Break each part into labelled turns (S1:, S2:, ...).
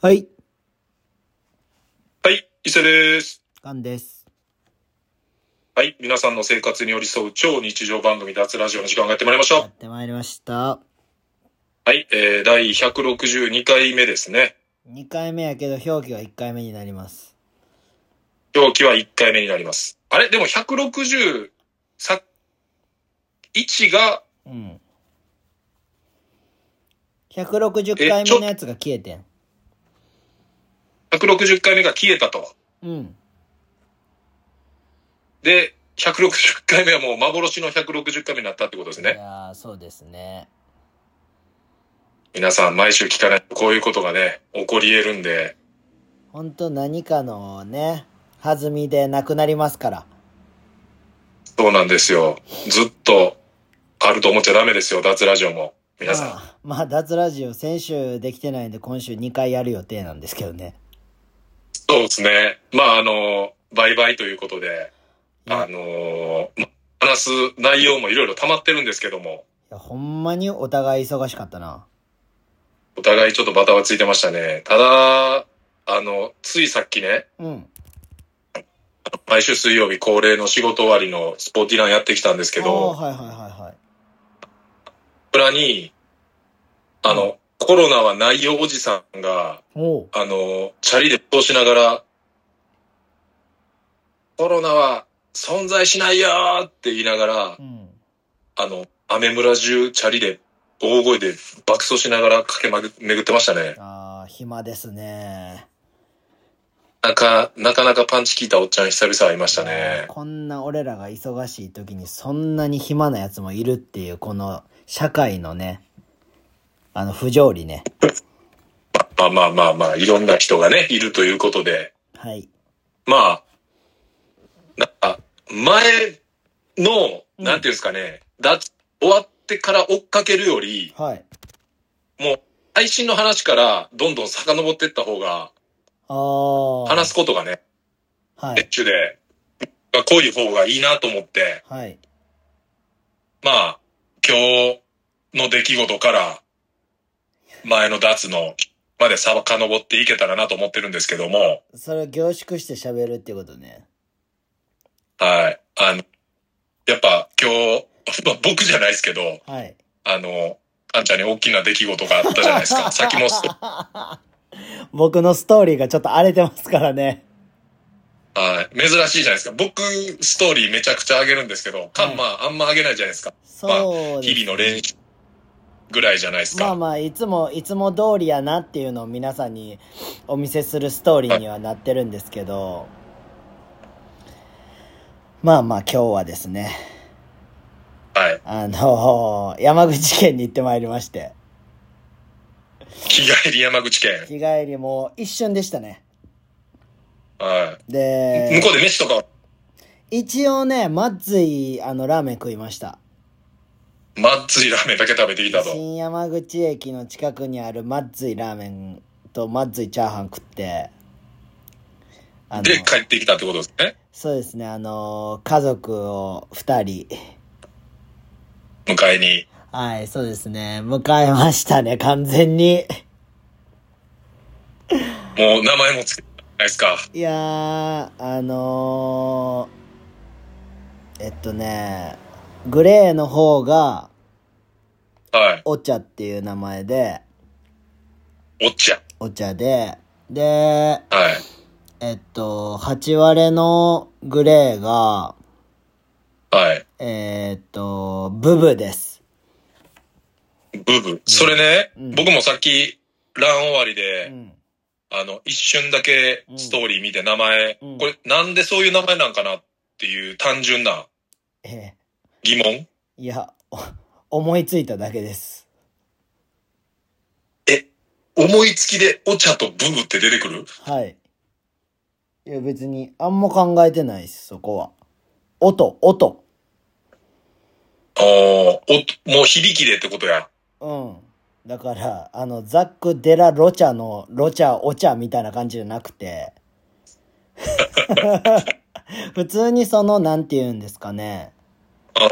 S1: はい、
S2: はい、伊勢です。
S1: ガンです。
S2: はい、皆さんの生活に寄り添う超日常番組脱ラジオの時間がやってまいりまし
S1: や
S2: た
S1: っ。てまいりました。
S2: はい、えー、第162回目ですね。
S1: 2回目やけど、表記は1回目になります。
S2: 表記は1回目になります。あれでも160、さ、1が、
S1: うん。160回目のやつが消えてん。
S2: 160回目が消えたと。
S1: うん。
S2: で、160回目はもう幻の160回目になったってことです
S1: い
S2: ね。
S1: やー、そうですね。
S2: 皆さん毎週聞かないとこういうことがね、起こり得るんで、
S1: ほんと何かのね、弾みでなくなりますから。
S2: そうなんですよ。ずっとあると思っちゃダメですよ、脱ラジオも。皆さん。
S1: まあ、まあ、脱ラジオ先週できてないんで、今週2回やる予定なんですけどね。
S2: そうですね。まあ、あの、売買ということで、
S1: いや
S2: あの、ま話す内容もいろいろ溜まってるんですけども、
S1: いやほんまにお互い忙しかったな。
S2: お互いちょっとバタはついてましたね。ただ、あの、ついさっきね、
S1: うん。
S2: 毎週水曜日恒例の仕事終わりのスポーティランやってきたんですけ
S1: あ
S2: ど、
S1: ーはいはいはいはい。
S2: 裏に、あの、コロナはないよおじさんが、
S1: おう。
S2: あの、チャリで通しながら、コロナは存在しないよーって言いながら
S1: う、ん。
S2: あの、アメ村中、チャリで、大声で爆走しながら駆け巡ってましたね。
S1: ああ、暇ですね。
S2: なか、なかなかパンチ効いたおっちゃん久々会いましたね。
S1: こんな俺らが忙しい時にそんなに暇なやつもいるっていう、この社会のね、あの不条理ね。
S2: まあまあまあまあ、いろんな人がね、いるということで。
S1: はい。
S2: まあ、なんか、前の、
S1: うん
S2: なんていうんですかね、だ、終わってから追っかけるより、
S1: はい。
S2: もう、配信の話からどんどん遡っていった方が、
S1: ああ。
S2: 話すことがね、
S1: は
S2: エッ
S1: い。
S2: チュで、濃い方がいいなと思って、
S1: はい。
S2: まあ、今日の出来事から、前の脱のまで遡っていけたらなと思ってるんですけども、
S1: それを凝縮して喋るってことね。
S2: はい。あの、やっぱ今日、 まあ、僕じゃないですけど、
S1: はい。
S2: あの、あんちゃんに大きな出来事があったじゃないです か。さっきも、は
S1: 僕のストーリーがちょっと荒れてますからね。
S2: い。珍しいじゃないですか。僕、ストーリーめちゃくちゃ上げるんですけど、カンマあんま上げないじゃないですか。
S1: そうです、ね
S2: 日々の練習ぐらいじゃないです
S1: ま
S2: か。
S1: あまあ、いつも、いつも通りやなっていうのを皆さんにお見せするストーリーにはなってるんですけど、まあまあ今日はですね、
S2: はい。
S1: あの山口県に行ってまいりまして、
S2: 日帰り山口県。
S1: 日帰りも一瞬でしたね。
S2: は
S1: で
S2: い。向、こうで飯とかは
S1: 一応ね、まずい、あの、ラーメン食いました。
S2: まっつりラーメンだけ食べてきたと。
S1: 新山口駅の近くにあるまずいラーメンとまずいチャーハン食って、あの
S2: で、帰ってきたってことですね。
S1: そうですね、あのー家族を二人、
S2: 迎えに。
S1: はい、そうですね、迎えましたね、完全に。
S2: もう名前もつけてないですか。
S1: いやー、あのーえっとね、グレーの方が、
S2: はい。
S1: お茶っていう名前で、
S2: おっちゃん。
S1: お茶で、で、
S2: はい。
S1: えっと、8割のグレーが、
S2: はい。
S1: えーっと、ブブです。
S2: ブブ。それね、
S1: うん
S2: 僕もさっき、ラン終わり
S1: う
S2: で、
S1: ん。
S2: あの、一瞬だけストーリー見て名前、
S1: うん
S2: これなんでそういう名前なんかなっていう単純な
S1: え
S2: 疑問。
S1: ーいや、お思いついただけです。
S2: え、思いつきでお茶とブブって出てくる
S1: はい。いや別に、あんま考えてないです、そこは。音、音。
S2: ああ、お、もう響きでってことや。
S1: うん。だから、あの、ザック・デラ・ロチャの、ロチャ、お茶みたいな感じじゃなくて、 普通にその、なんて言うんですかね。
S2: あ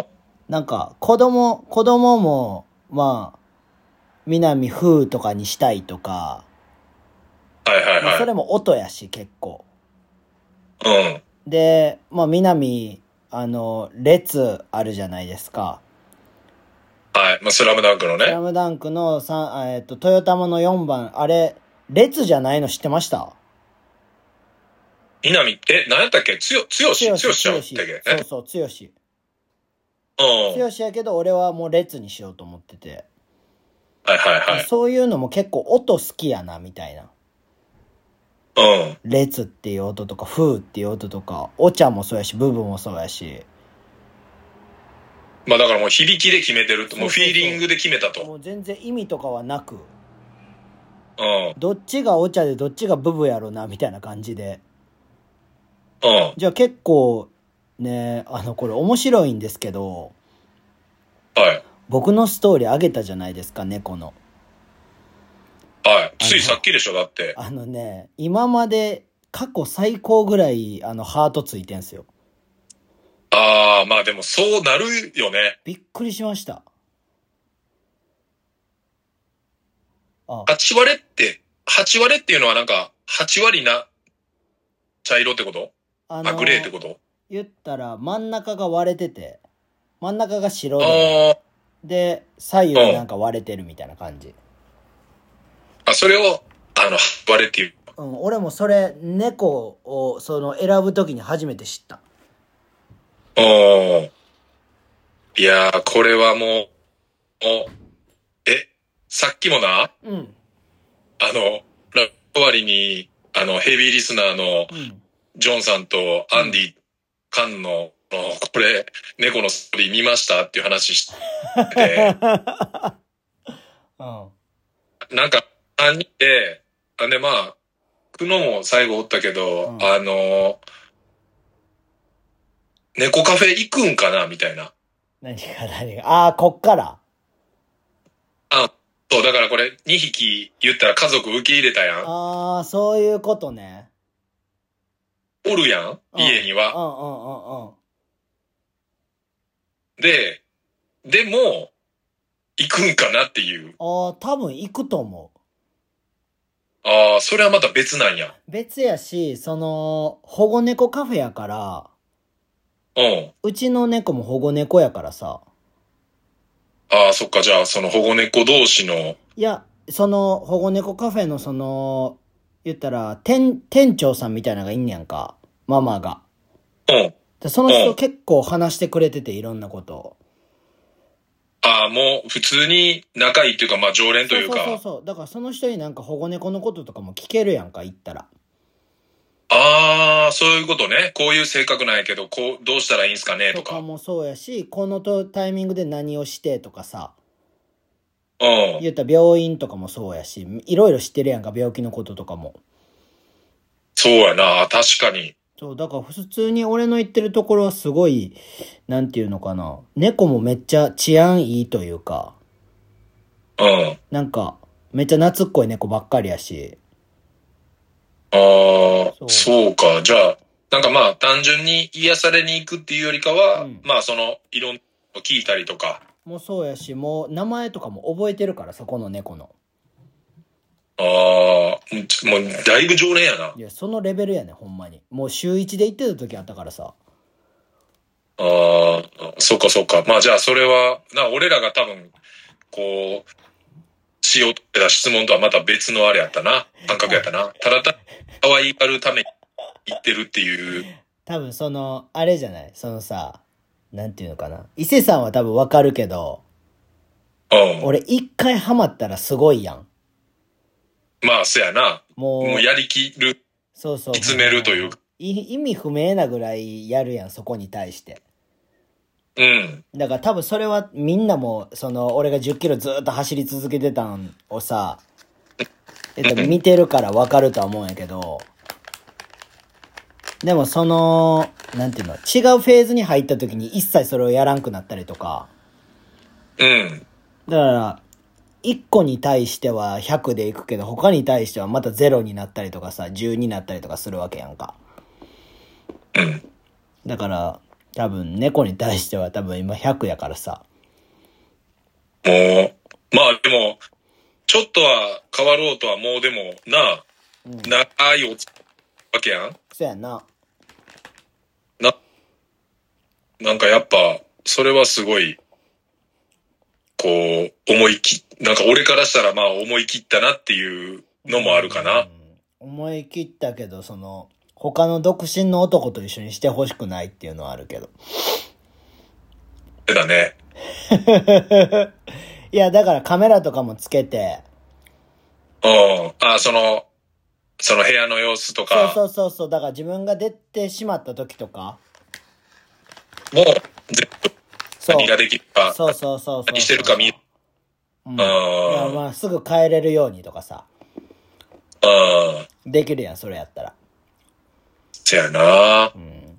S1: なんか、子供、子供も、まあ、南風とかにしたいとか、
S2: ははい
S1: それも音やし、結構。
S2: うん。
S1: で、まあ、南、あの、列あるじゃないですか。
S2: はい。まあ、スラムダンクの
S1: スラ
S2: ね。
S1: ムダンクの三あえっと、トヨタモの4番、あれ、列じゃないの知ってました
S2: 南、え、何やったっけつよ、つよし、
S1: 強
S2: つよ
S1: し、
S2: しちゃう
S1: 強
S2: っ
S1: し。
S2: たっけ
S1: そうそう、強し。
S2: うん。
S1: 強しやけど、俺はもう列にしようと思ってて。
S2: はいはい
S1: そういうのも結構音好きやな、みたいな。
S2: はい。うん。
S1: 列っていう音とか、風っていう音とか、お茶もそうやし、ブブもそうやし。
S2: まあだからもう響きで決めてると。もう
S1: そう
S2: フ
S1: そうそう
S2: ィーリングで決めたと。
S1: もう全然意味とかはなく、
S2: うん。うん。
S1: どっちがお茶でどっちがブブやろな、みたいな感じで。
S2: は
S1: じゃあ結構、ね、あの、これ面白いんですけど、
S2: い。
S1: 僕のストーリーあげたじゃないですか、猫の。
S2: はい。ついさっきでしょ、だって。
S1: あのね、今まで過去最高ぐらい、あの、ハートついてんすよ。
S2: ああ、まあでもそうなるよね。
S1: びっくりしました。あ、
S2: 8割れって、8割れっていうのはなんか、8割な、茶色ってこと
S1: あ
S2: あ、グレーってこと
S1: 言ったら真ん中が割れてて、真ん中が白で、
S2: あ
S1: で、左右なんか割れてるみたいな感じ。
S2: あ。あ、それを、あの、割れっていう。
S1: うん、俺もそれ、猫を、その、選ぶときに初めて知った。
S2: うん。いやー、これはもう、もう、え、さっきもな、
S1: うん。
S2: あの、ラ終わりに、あの、ヘビーリスナーの
S1: うん。
S2: ジョンさんとアンディ、カンの、あのこれ、猫のストーリー見ましたっていう話して て、
S1: うん。
S2: なんか、3人で、あで、まあ、久野も最後おったけど、
S1: うん
S2: あの、猫カフェ行くんかなみたいな。
S1: 何が何が。ああ、こっから。
S2: あ、そう、だからこれ、2匹言ったら家族受け入れたやん。
S1: ああ、そういうことね。
S2: おるやん
S1: うん
S2: 家に
S1: うん
S2: は。
S1: うんうんうん。
S2: で、でも、行くんかなっていう。
S1: ああ、多分行くと思う。
S2: ああ、それはまた別なんや。
S1: 別やし、その、保護猫カフェやから、
S2: うん。
S1: うちの猫も保護猫やからさ。
S2: ああ、そっか、じゃあ、その保護猫同士の、
S1: いや、その、保護猫カフェのその、言ったら、店、店長さんみたいなのがいんねやんか。ママが。
S2: うん。
S1: でその
S2: う
S1: 人
S2: ん
S1: 結構話してくれてて、いろんなことを。
S2: ああ、もう、普通に仲いいというか、まあ、常連と
S1: そう
S2: いう
S1: そう
S2: か。
S1: そうそう。だからその人になんか保護猫のこととかも聞けるやんか、行ったら。
S2: ああ、そういうことね。こういう性格なんやけど、こう、どうしたらいいんすかね
S1: と
S2: とか。
S1: か
S2: うん。
S1: もそうやし、このとタイミングで何をしてとかさ。
S2: はい
S1: 言ったら病院とかもそうやし、いろいろ知ってるやんか、病気のこととかも。
S2: そうやな。確かに。
S1: そう、だから普通に俺の言ってるところはすごい、なんていうのかな。猫もめっちゃ治安いいというか、
S2: うん。あ
S1: なんか、めっちゃ懐っこい猫ばっかりやし。
S2: あ
S1: そ、う
S2: そうか。じゃあ、なんかまあ、単純に癒されに行くっていうよりかは、
S1: うん
S2: まあ、その、いろんなことを聞いたりとか。
S1: もうそうやし、もう名前とかも覚えてるから、そこの猫の。
S2: ああ、うんちもう、だいぶ常連やな。
S1: いや、そのレベルやね、ほんまに。もう週一で行ってた時あったからさ。
S2: ああ、そっかそっか。まあじゃあそれは、な、俺らが多分、こう、しようとしてた質問とはまた別のあれやったな。感覚やったな。ただただ、可愛がるために言ってるっていう。
S1: 多分その、あれじゃないそのさ、なんていうのかな。伊勢さんは多分わかるけど、
S2: うん。
S1: 俺一回ハマったらすごいやん。
S2: まあ、そやな。
S1: もう、
S2: もうやりきる。
S1: そうそう。
S2: 煮詰めるというか
S1: い意味不明なぐらいやるやん、そこに対して。
S2: うん。
S1: だから多分それはみんなも、その、俺が10キロずっと走り続けてたんをさ、えっと、見てるからわかるとは思うんやけど、でもその、なんていうの、違うフェーズに入った時に一切それをやらんくなったりとか、
S2: うん。
S1: だから、1個に対しては100でいくけど、他に対してはまた0になったりとかさ、10になったりとかするわけやん か。
S2: うん。
S1: だから、多分猫に対しては多分今100やからさ。
S2: もう、まあでも、ちょっとは変わろうとはもうでも、なあ、長いおつわけやん。
S1: そうやんな。
S2: な、なんかやっぱ、それはすごい、こう、思いき、なんか俺からしたらまあ思い切ったなっていうのもあるか
S1: う
S2: な。
S1: ん思い切ったけど、その、他の独身の男と一緒にしてほしくないっていうのはあるけど。
S2: だね。
S1: いや、だからカメラとかもつけて、
S2: うん。あ、その、その部屋の様子と
S1: そう
S2: か、
S1: そうそうそう、だから自分が出てしまった時とか、
S2: もう、全部
S1: そう
S2: 何。ができるか、
S1: そうそうそうそう。
S2: 何してるか見る。
S1: うん。い
S2: あ
S1: や、
S2: ー
S1: まあ、すぐ帰れるようにとかさ、
S2: うん。
S1: できるやん、それやったら。
S2: せやな
S1: う。ん。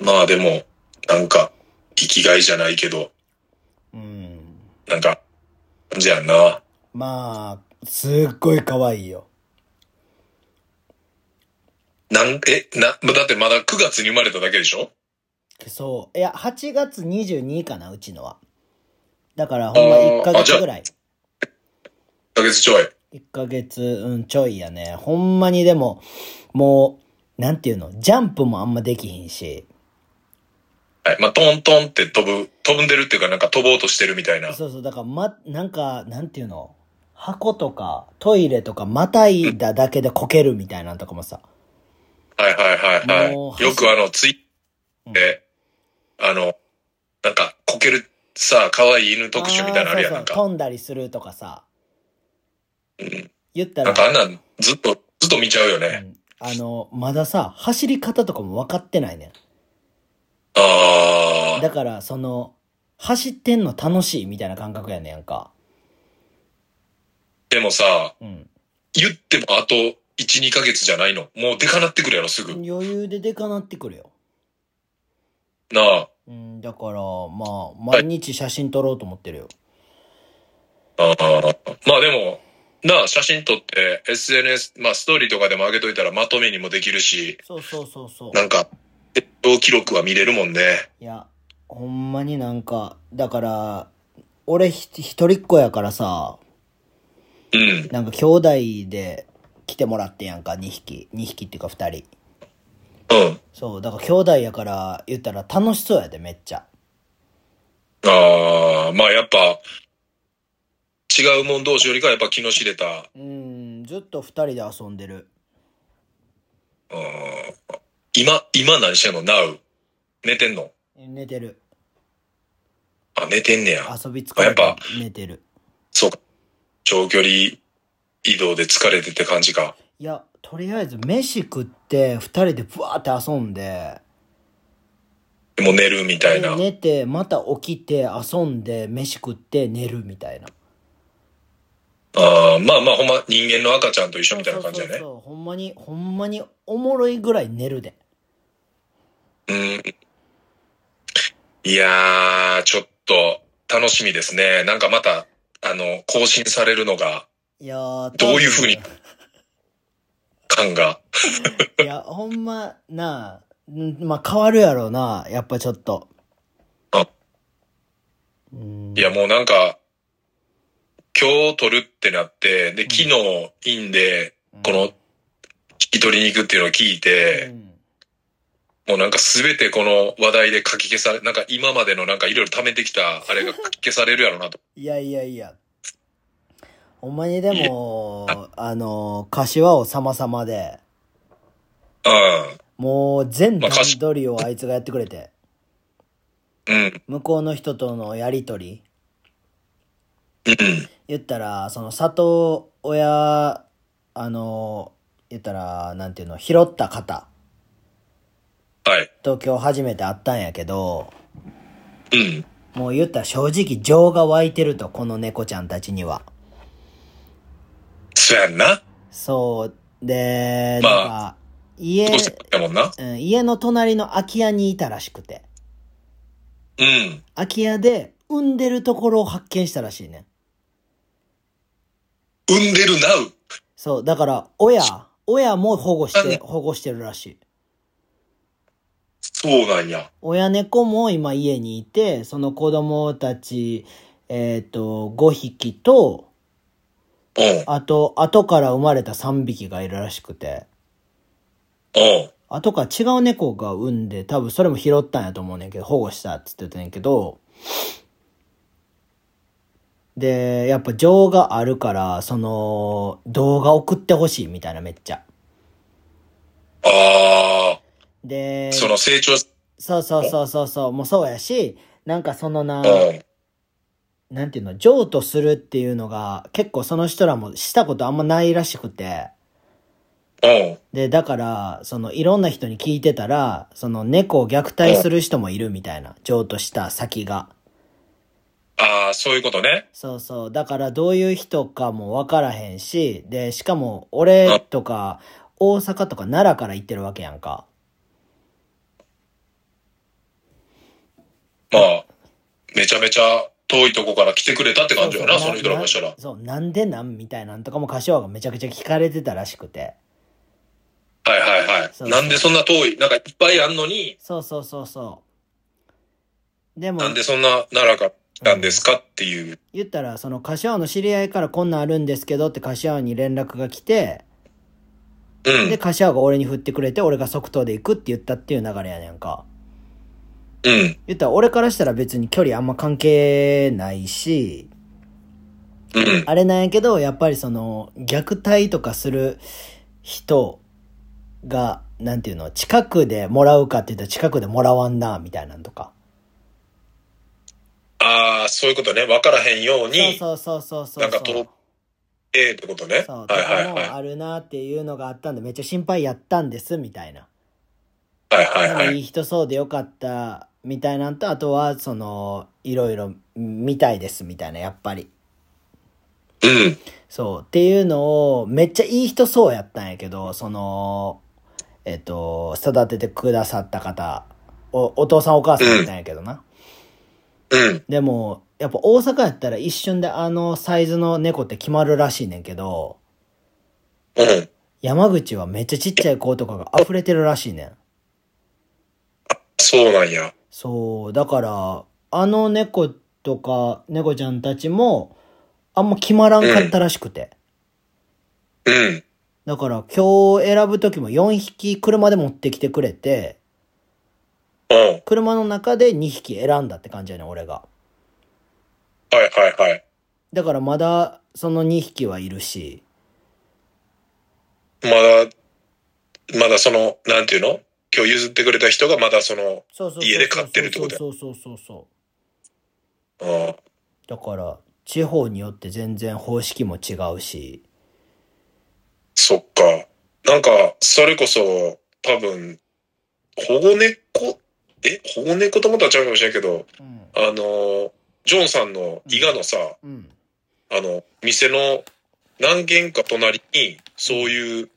S2: まあでも、なんか、生きがいじゃないけど、
S1: うん。
S2: なんか、感じやんな。
S1: まあ、すっごい可愛いよ。
S2: なん、え、な、だってまだ9月に生まれただけでしょ
S1: そう。いや、8月22かな、うちのは。だから、ほんま1ヶ
S2: あーあじ
S1: 月
S2: ゃあ
S1: ぐらい。
S2: 1ヶ月ちょい。
S1: 1ヶ月、うん、ちょいやね。ほんまにでも、もう、なんていうの、ジャンプもあんまできひんし。
S2: はい。まあ、トントンって飛ぶ、飛んでるっていうか、なんか飛ぼうとしてるみたいな。
S1: そうそう、だから、ま、なんか、なんていうの、箱とか、トイレとか、またいだだけでこけるみたいなのとかもさ。
S2: はいはいはい
S1: も
S2: は
S1: う
S2: い。よくあの、ツイッで、あの、なんか、こける、さ、可愛い犬特集みたいなのあるやん。
S1: あ
S2: な
S1: ー
S2: ん
S1: そう
S2: か
S1: そう、、飛んだりするとかさ。言った
S2: な
S1: ら
S2: ん、かあんなん、ずっと、ずっと見ちゃうよ
S1: う
S2: ね。
S1: んあの、まださ、走り方とかも分かってないねん。
S2: ああ。
S1: だから、その、走ってんの楽しいみたいな感覚やねんやんか。
S2: でもさ、
S1: うん。
S2: 言ってもあと、1、2ヶ月じゃないの。もうでかなってくるやろ、すぐ。
S1: 余裕ででかなってくるよ。
S2: なあ。
S1: うん、だから、まあ、毎日写真撮ろうと思ってるよ。
S2: あーまあでも、なあ、写真撮って、SNS、まあ、ストーリーとかでも上げといたらまとめにもできるし、
S1: そうそうそうそう。
S2: なんか、鉄道記録は見れるもんね。
S1: いや、ほんまになんか、だから、俺ひ一人っ子やからさ、
S2: うん。
S1: なんか兄弟で来てもらってんやんか、2匹。2匹っていうか2人。
S2: うん。
S1: そう、だから兄弟やから言ったら楽しそうやで、めっちゃ。
S2: ああ、まあやっぱ、違うもん同士よりかはやっぱ気の知れた。
S1: うん、ずっと2人で遊んでる。
S2: 今、今何してんの ?Now? 寝てんの
S1: 寝てる。
S2: あ、寝てんねや。
S1: 遊び疲れ
S2: やってぱ
S1: 寝てる。
S2: そうか。長距離移動で疲れてって感じか。
S1: いや、とりあえず飯食って2人でブワーって遊んで、
S2: もう寝るみたいな
S1: で。寝て、また起きて遊んで、飯食って寝るみたいな。
S2: ああ、まあまあほんま人間の赤ちゃんと一緒みたいな感じだね
S1: そう。そうそうほんまにほんまにおもろいぐらい寝るで
S2: うん。いやー、ちょっと楽しみですね。なんかまた、あの、更新されるのが、
S1: いやー
S2: どういう風に感が。
S1: いやほんまなあんまあ変わるやろうなやっぱちょっと
S2: あ
S1: うん
S2: いや、もうなんか、今日撮るってなって、で、昨日インで、この、聞き取りに行くっていうのを聞いうて、
S1: ん
S2: もうなんかすべてこの話題で書き消され、なんか今までのなんかいろいろ溜めてきた、あれが書き消されるやろな と。
S1: いやいやいやほんまにでもあの柏を様々でもう全段取りをあいつがやってくれて
S2: うん。うん。
S1: 向こうの人とのやりとり
S2: うん。
S1: 言ったらその里親あの言ったらなんていうの拾った方
S2: はい。
S1: と今日初めて会ったんやけど
S2: うん。
S1: もう言ったら正直情が湧いてるとこの猫ちゃんたちには
S2: そやんな。
S1: そうで、
S2: まあ
S1: なんか家
S2: どう、してやもんな。
S1: うん、家の隣の空き家にいたらしくて
S2: うん。
S1: 空き家で産んでるところを発見したらしいね
S2: 産んでるなう。
S1: そうだから親親も保護して
S2: うん
S1: 保護してるらしい
S2: そうなんや。
S1: 親猫も今家にいて、その子供たち、えっ、と、5匹と、
S2: うん。
S1: あと、後から生まれた3匹がいるらしくて、
S2: うん。
S1: 後から違う猫が産んで、多分それも拾ったんやと思うねんけど、保護したって言ってたんやけど、で、やっぱ情があるから、その、動画送ってほしいみたいなめっちゃ。
S2: あ
S1: で
S2: あ、、その成長、
S1: そうそうそうそうそう、もうそうやし、なんかそのな、
S2: うん。
S1: なんていうの、譲渡するっていうのが、結構その人らもしたことあんまないらしくて、
S2: うん。
S1: で、だから、その、いろんな人に聞いてたら、その、猫を虐待する人もいるみたいな、譲渡した先が。
S2: ああ、そういうことね。
S1: そうそう。だから、どういう人かもわからへんし、で、しかも、俺とか、大阪とか奈良から行ってるわけやんか。
S2: まあ、めちゃめちゃ遠いとこから来てくれたって感じよな、その人ら
S1: な
S2: がしたら。
S1: そう、なんでなんみたいなんとかも、柏がめちゃくちゃ聞かれてたらしくて。
S2: はいはいは
S1: そうそう
S2: い。なんでそんな遠い、なんかいっぱいあんのに、
S1: そうそうそうそう。でも、
S2: なんでそんな奈良が来たんですかっていう。
S1: 言ったら、その、柏の知り合いからこんなんあるんですけどって、柏に連絡が来て、
S2: う
S1: で、
S2: ん。
S1: 柏が俺に振ってくれて、俺が即答で行くって言ったっていう流れやねんか。
S2: うん。
S1: 言ったら、俺からしたら別に距離あんま関係ないし、
S2: うん。
S1: あれなんやけど、やっぱりその、虐待とかする人が、なんていうの、近くでもらうかって言ったら近くでもらわんな、みたいなんとか。
S2: ああ、そういうことね。わからへんよう
S1: そう
S2: に、
S1: そうそうそうそう。
S2: なんか遠くええってことね。
S1: そう、
S2: は
S1: と
S2: いはい
S1: かも
S2: はい。
S1: あるなっていうのがあったんで、めっちゃ心配やったんです、みたいな。
S2: はいはいはいい。
S1: い人そうでよかったみたいなんとあとはそのいろいろ見たいですみたいなやっぱり
S2: うん。
S1: そうっていうのをめっちゃいい人そうやったんやけどそのえっと育ててくださった方おお父さんお母さんやったんやけどな、
S2: うん。
S1: でもやっぱ大阪やったら一瞬であのサイズの猫って決まるらしいねんけど
S2: うん。
S1: 山口はめっちゃちっちゃい子とかが溢れてるらしいねん
S2: そうなんや。
S1: そう、だから、あの猫とか猫ちゃんたちも、あんま決まらんかったらしくて。
S2: うん。
S1: だから今日選ぶ時も4匹車で持ってきてくれて、
S2: うん。はい
S1: 車の中で2匹選んだって感じやねん、俺が。
S2: はいはい。
S1: だからまだその2匹はいるし、
S2: まだ、まだその、なんていうの今日譲ってくれた人がまだその、
S1: そうそうそうそう
S2: 家で飼ってるってことや
S1: そうそうそうそう。
S2: うん。
S1: だから、地方によって全然方式も違うし、
S2: そっか。なんか、それこそ、多分、保護猫え保護猫ともとはちゃうかもしれんけど、
S1: うん。
S2: あのー、ジョンさんの伊賀のさ、
S1: うん。
S2: あの、店の何軒か隣に、そういう、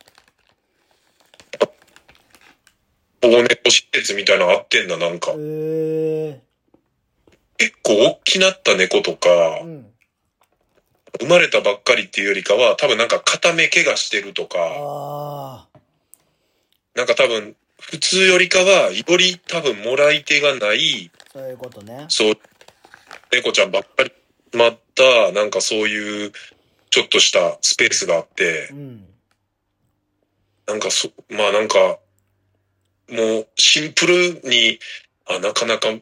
S2: 保護猫施設みたいなのあってんだ、なんか。
S1: え
S2: 結構大きなった猫とか、
S1: ー、うん。
S2: 生まれたばっかりっていうよりかは、多分なんか片目怪我してるとか、
S1: ああ、
S2: なんか多分、普通よりかは、より多分もらい手がない、
S1: そういうことね。
S2: そう、猫ちゃんばっかり集まった、なんかそういう、ちょっとしたスペースがあって
S1: う、ん。
S2: なんかそ、まあなんか、もうシンプルに、あ、なかなかも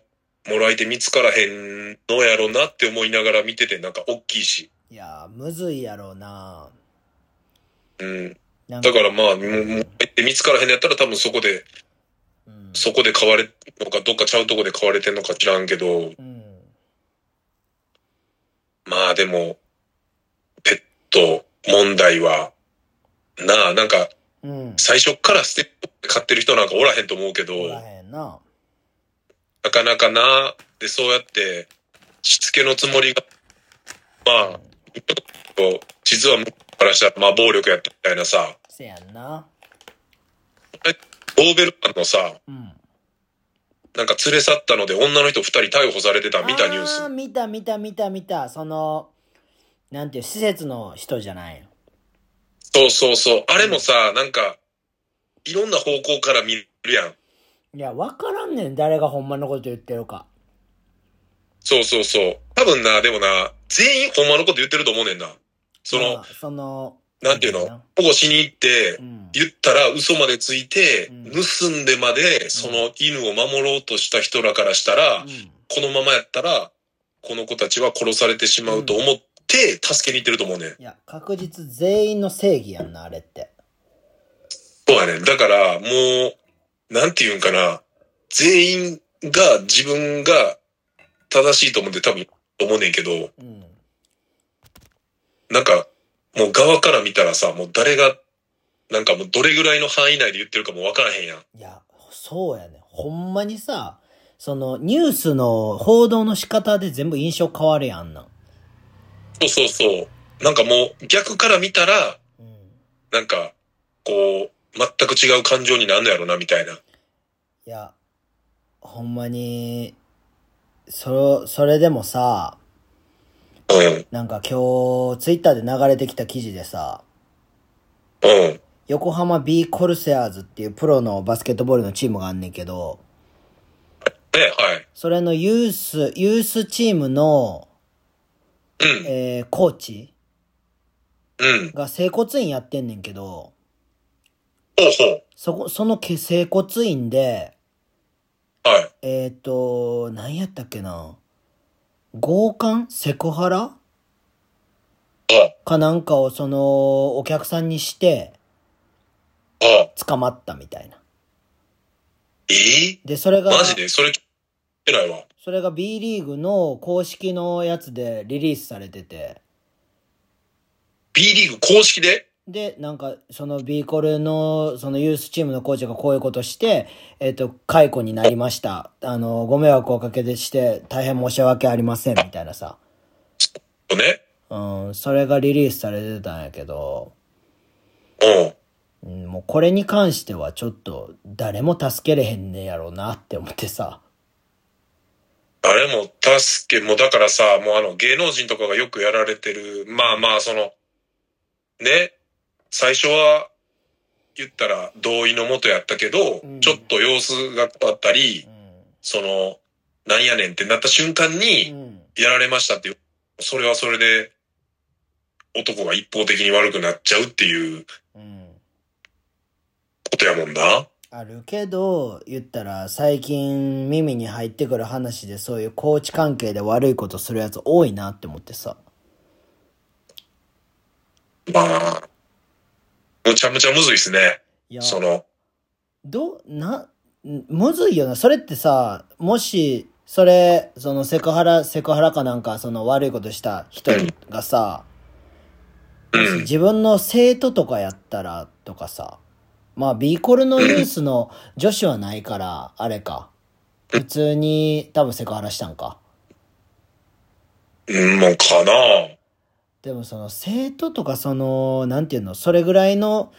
S2: らい手見つからへんのやろなって思いながら見てて、なんか大きいし。
S1: いやー、むずいやろうな。
S2: うん。
S1: なん
S2: だからまあ、もう、もう見つからへんのやったら多分そこで、
S1: うん、
S2: そこで買われ、のか、どっかちゃうとこで買われてんのか知らんけど、
S1: うん。
S2: まあでも、ペット問題は、なあ、なんか、
S1: うん。
S2: 最初っからステップ買ってる人なんかおらへんと思うけど、
S1: おらへんな。
S2: なかなかなあ、で、そうやって、しつけのつもりが、まあ、実は向こうからしたら、まあ暴力やったみたいなさ、
S1: せやんな。
S2: ドーベルマンのさ、
S1: うん。
S2: なんか連れ去ったので女の人二人逮捕されてた見たニュース
S1: あ。見た見た見た見た。その、なんていう、施設の人じゃないの。
S2: そうそうそう。あれもさ、なんか、いろんな方向から見るやん。
S1: いや、わからんねん。誰がほんまのこと言ってるか。
S2: そうそうそう。多分な、でもな、全員ほんまのこと言ってると思うねんな。その
S1: ま、あその、
S2: なんていうの保護しに行って
S1: う、ん。
S2: 言ったら嘘までついて、
S1: うん
S2: 盗んでまで、その犬を守ろうとした人らからしたら、
S1: うん
S2: このままやったら、この子たちは殺されてしまうと思って、助けに行ってると思うねん。
S1: いや、確実全員の正義やんな、あれって。
S2: そうやねん。だから、もう、なんて言うんかな。全員が自分が正しいと思って多分、思うねんけど、
S1: うん。
S2: なんか、もう側から見たらさ、もう誰が、なんかもうどれぐらいの範囲内で言ってるかもわからへんやん。
S1: いや、そうやね。ほんまにさ、その、ニュースの報道の仕方で全部印象変わるやん、あんなん。
S2: そうそうそう。なんかもう逆から見たら、
S1: うん。
S2: なんか、こう、全く違う感情になんのやろな、みたいな。
S1: いや、ほんまに、それ、それでもさ、
S2: うん、
S1: なんか今日、ツイッターで流れてきた記事でさ、
S2: うん、
S1: 横浜 B コルセアーズっていうプロのバスケットボールのチームがあんねんけど、
S2: ね、はい。
S1: それのユース、ユースチームの、
S2: うん、
S1: えー、コーチ
S2: うん。
S1: が整骨院やってんねんけど、
S2: ほうほう。
S1: そこ、そのけ整骨院で、
S2: はい。
S1: えっ、ー、と、何やったっけな、強姦セクハラ
S2: あ、
S1: かなんかをその、お客さんにして、
S2: あ、
S1: 捕まったみたいな。
S2: えー
S1: で、それが、
S2: マジでそれ聞いてないわ。
S1: それが B リーグの公式のやつでリリースされてて、
S2: B リーグ公式で
S1: で、なんか、その B コルの、そのユースチームのコーチがこういうことして、えっ、と、解雇になりました。あの、ご迷惑をおかけでして、大変申し訳ありません、みたいなさ。
S2: ね。
S1: うん、それがリリースされてたんやけど、
S2: うん。
S1: うん、もうこれに関してはちょっと、誰も助けれへんねやろうなって思ってさ。
S2: 誰も助け、もうだからさ、もうあの芸能人とかがよくやられてる、まあまあその、ね、最初は言ったら同意のもとやったけど、
S1: うん
S2: ちょっと様子が変わったり
S1: う、
S2: その、なんやねんってなった瞬間
S1: ん。
S2: に、
S1: うん。
S2: やられましたっていう、それはそれで、男が一方的に悪くなっちゃうっていう
S1: うん。
S2: ことやもんな。
S1: あるけど、言ったら最近耳に入ってくる話でそういうコーチ関係で悪いことするやつ多いなって思ってさ。
S2: まあ、むちゃむちゃむずいっすね。
S1: いや、
S2: その、
S1: ど、な、んむずいよな。それってさ、もし、それ、そのセクハラ、セクハラかなんか、その悪いことした人がさ、
S2: う
S1: もし
S2: ん、
S1: 自分の生徒とかやったらとかさ、まあ B コルのニュースの女子はないから、あれか。普通に多分セクハラしたんか。
S2: うん、もうかな
S1: でもその生徒とかその、なんていうの、それぐらいの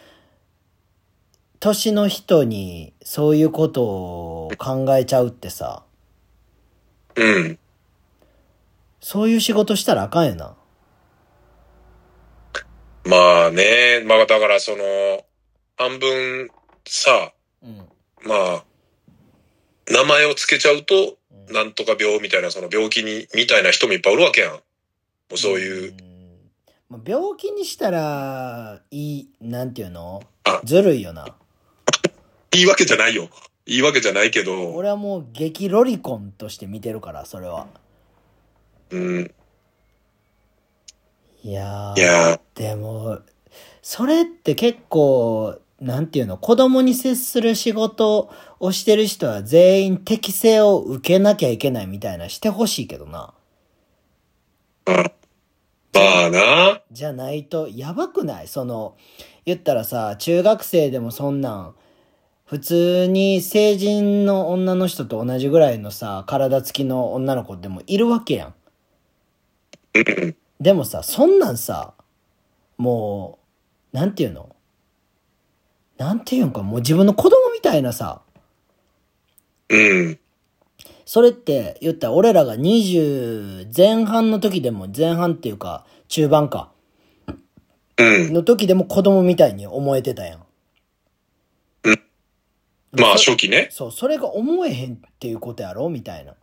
S1: 年の人にそういうことを考えちゃうってさ、
S2: うん。
S1: そういう仕事したらあかんよな。
S2: まあね、まあだからその、半分さ、
S1: うん。
S2: まあ、名前をつけちゃうと、
S1: うん
S2: なんとか病みたいな、その病気に、みたいな人もいっぱいおるわけやん。もうそういう、
S1: ん。まあ、病気にしたら、いい、なんていうの
S2: あ
S1: ずるいよな。
S2: いいわけじゃないよ。いいわけじゃないけど、
S1: 俺はもう激ロリコンとして見てるから、それは。
S2: うん、
S1: いやー。
S2: いやー
S1: でも、それって結構、なんていうの、子供に接する仕事をしてる人は全員適性を受けなきゃいけないみたいなしてほしいけどな。
S2: まあな、
S1: じゃないとやばくないその、言ったらさ、中学生でもそんなん、普通に成人の女の人と同じぐらいのさ、体つきの女の子でもいるわけやん。
S2: うん、
S1: でもさ、そんなんさ、もう、なんていうのなんていうんか、もう自分の子供みたいなさ、
S2: うん、
S1: それって言ったら俺らが20前半の時でも、前半っていうか、中盤か、
S2: うん。
S1: の時でも子供みたいに思えてたやん。
S2: まあ
S1: そ
S2: 初期ね、
S1: そう、それが思えへんっていうことやろみたいな。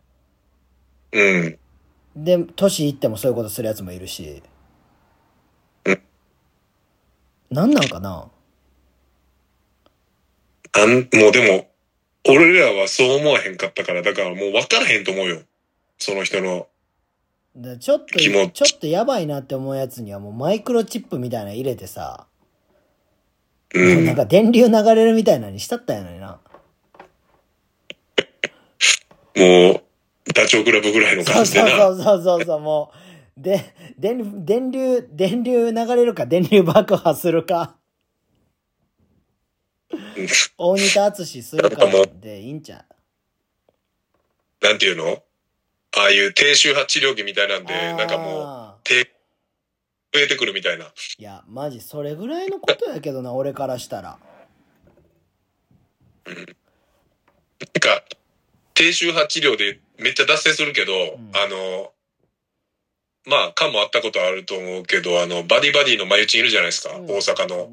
S2: うん、
S1: で、年いってもそういうことするやつもいるし。
S2: うん
S1: なんなんかな
S2: なん、もうでも、俺らはそう思わへんかったから、だからもう分からへんと思うよ。その人の。
S1: でちょっと、
S2: 気持ち
S1: ちょっとやばいなって思うやつにはもうマイクロチップみたいなの入れてさ、
S2: う
S1: なん
S2: ん。
S1: か電流流れるみたいなのにしたったんやのにな。
S2: もう、ダチョウ倶楽部ぐらいの
S1: そ
S2: 感
S1: う
S2: じで
S1: そうそ
S2: な。
S1: うそうそうそう、もう、で、電、電流、電流流れるか、電流爆破するか、
S2: うん
S1: 大仁田淳するかでいいんちゃ
S2: なんていうのああいう低周波治療器みたいなん
S1: う
S2: で、なんかもう、
S1: あ
S2: 低、増えてくるみたいな。
S1: ーいや、マジそれぐらいのことやけどな、俺からしたら。
S2: なんか、低周波治療でめっちゃ脱線するけど、
S1: ん
S2: あの、まあ、かもあったことあると思うけど、あの、バディバディのマユチンいるじゃないですか、
S1: うん
S2: 大阪の。。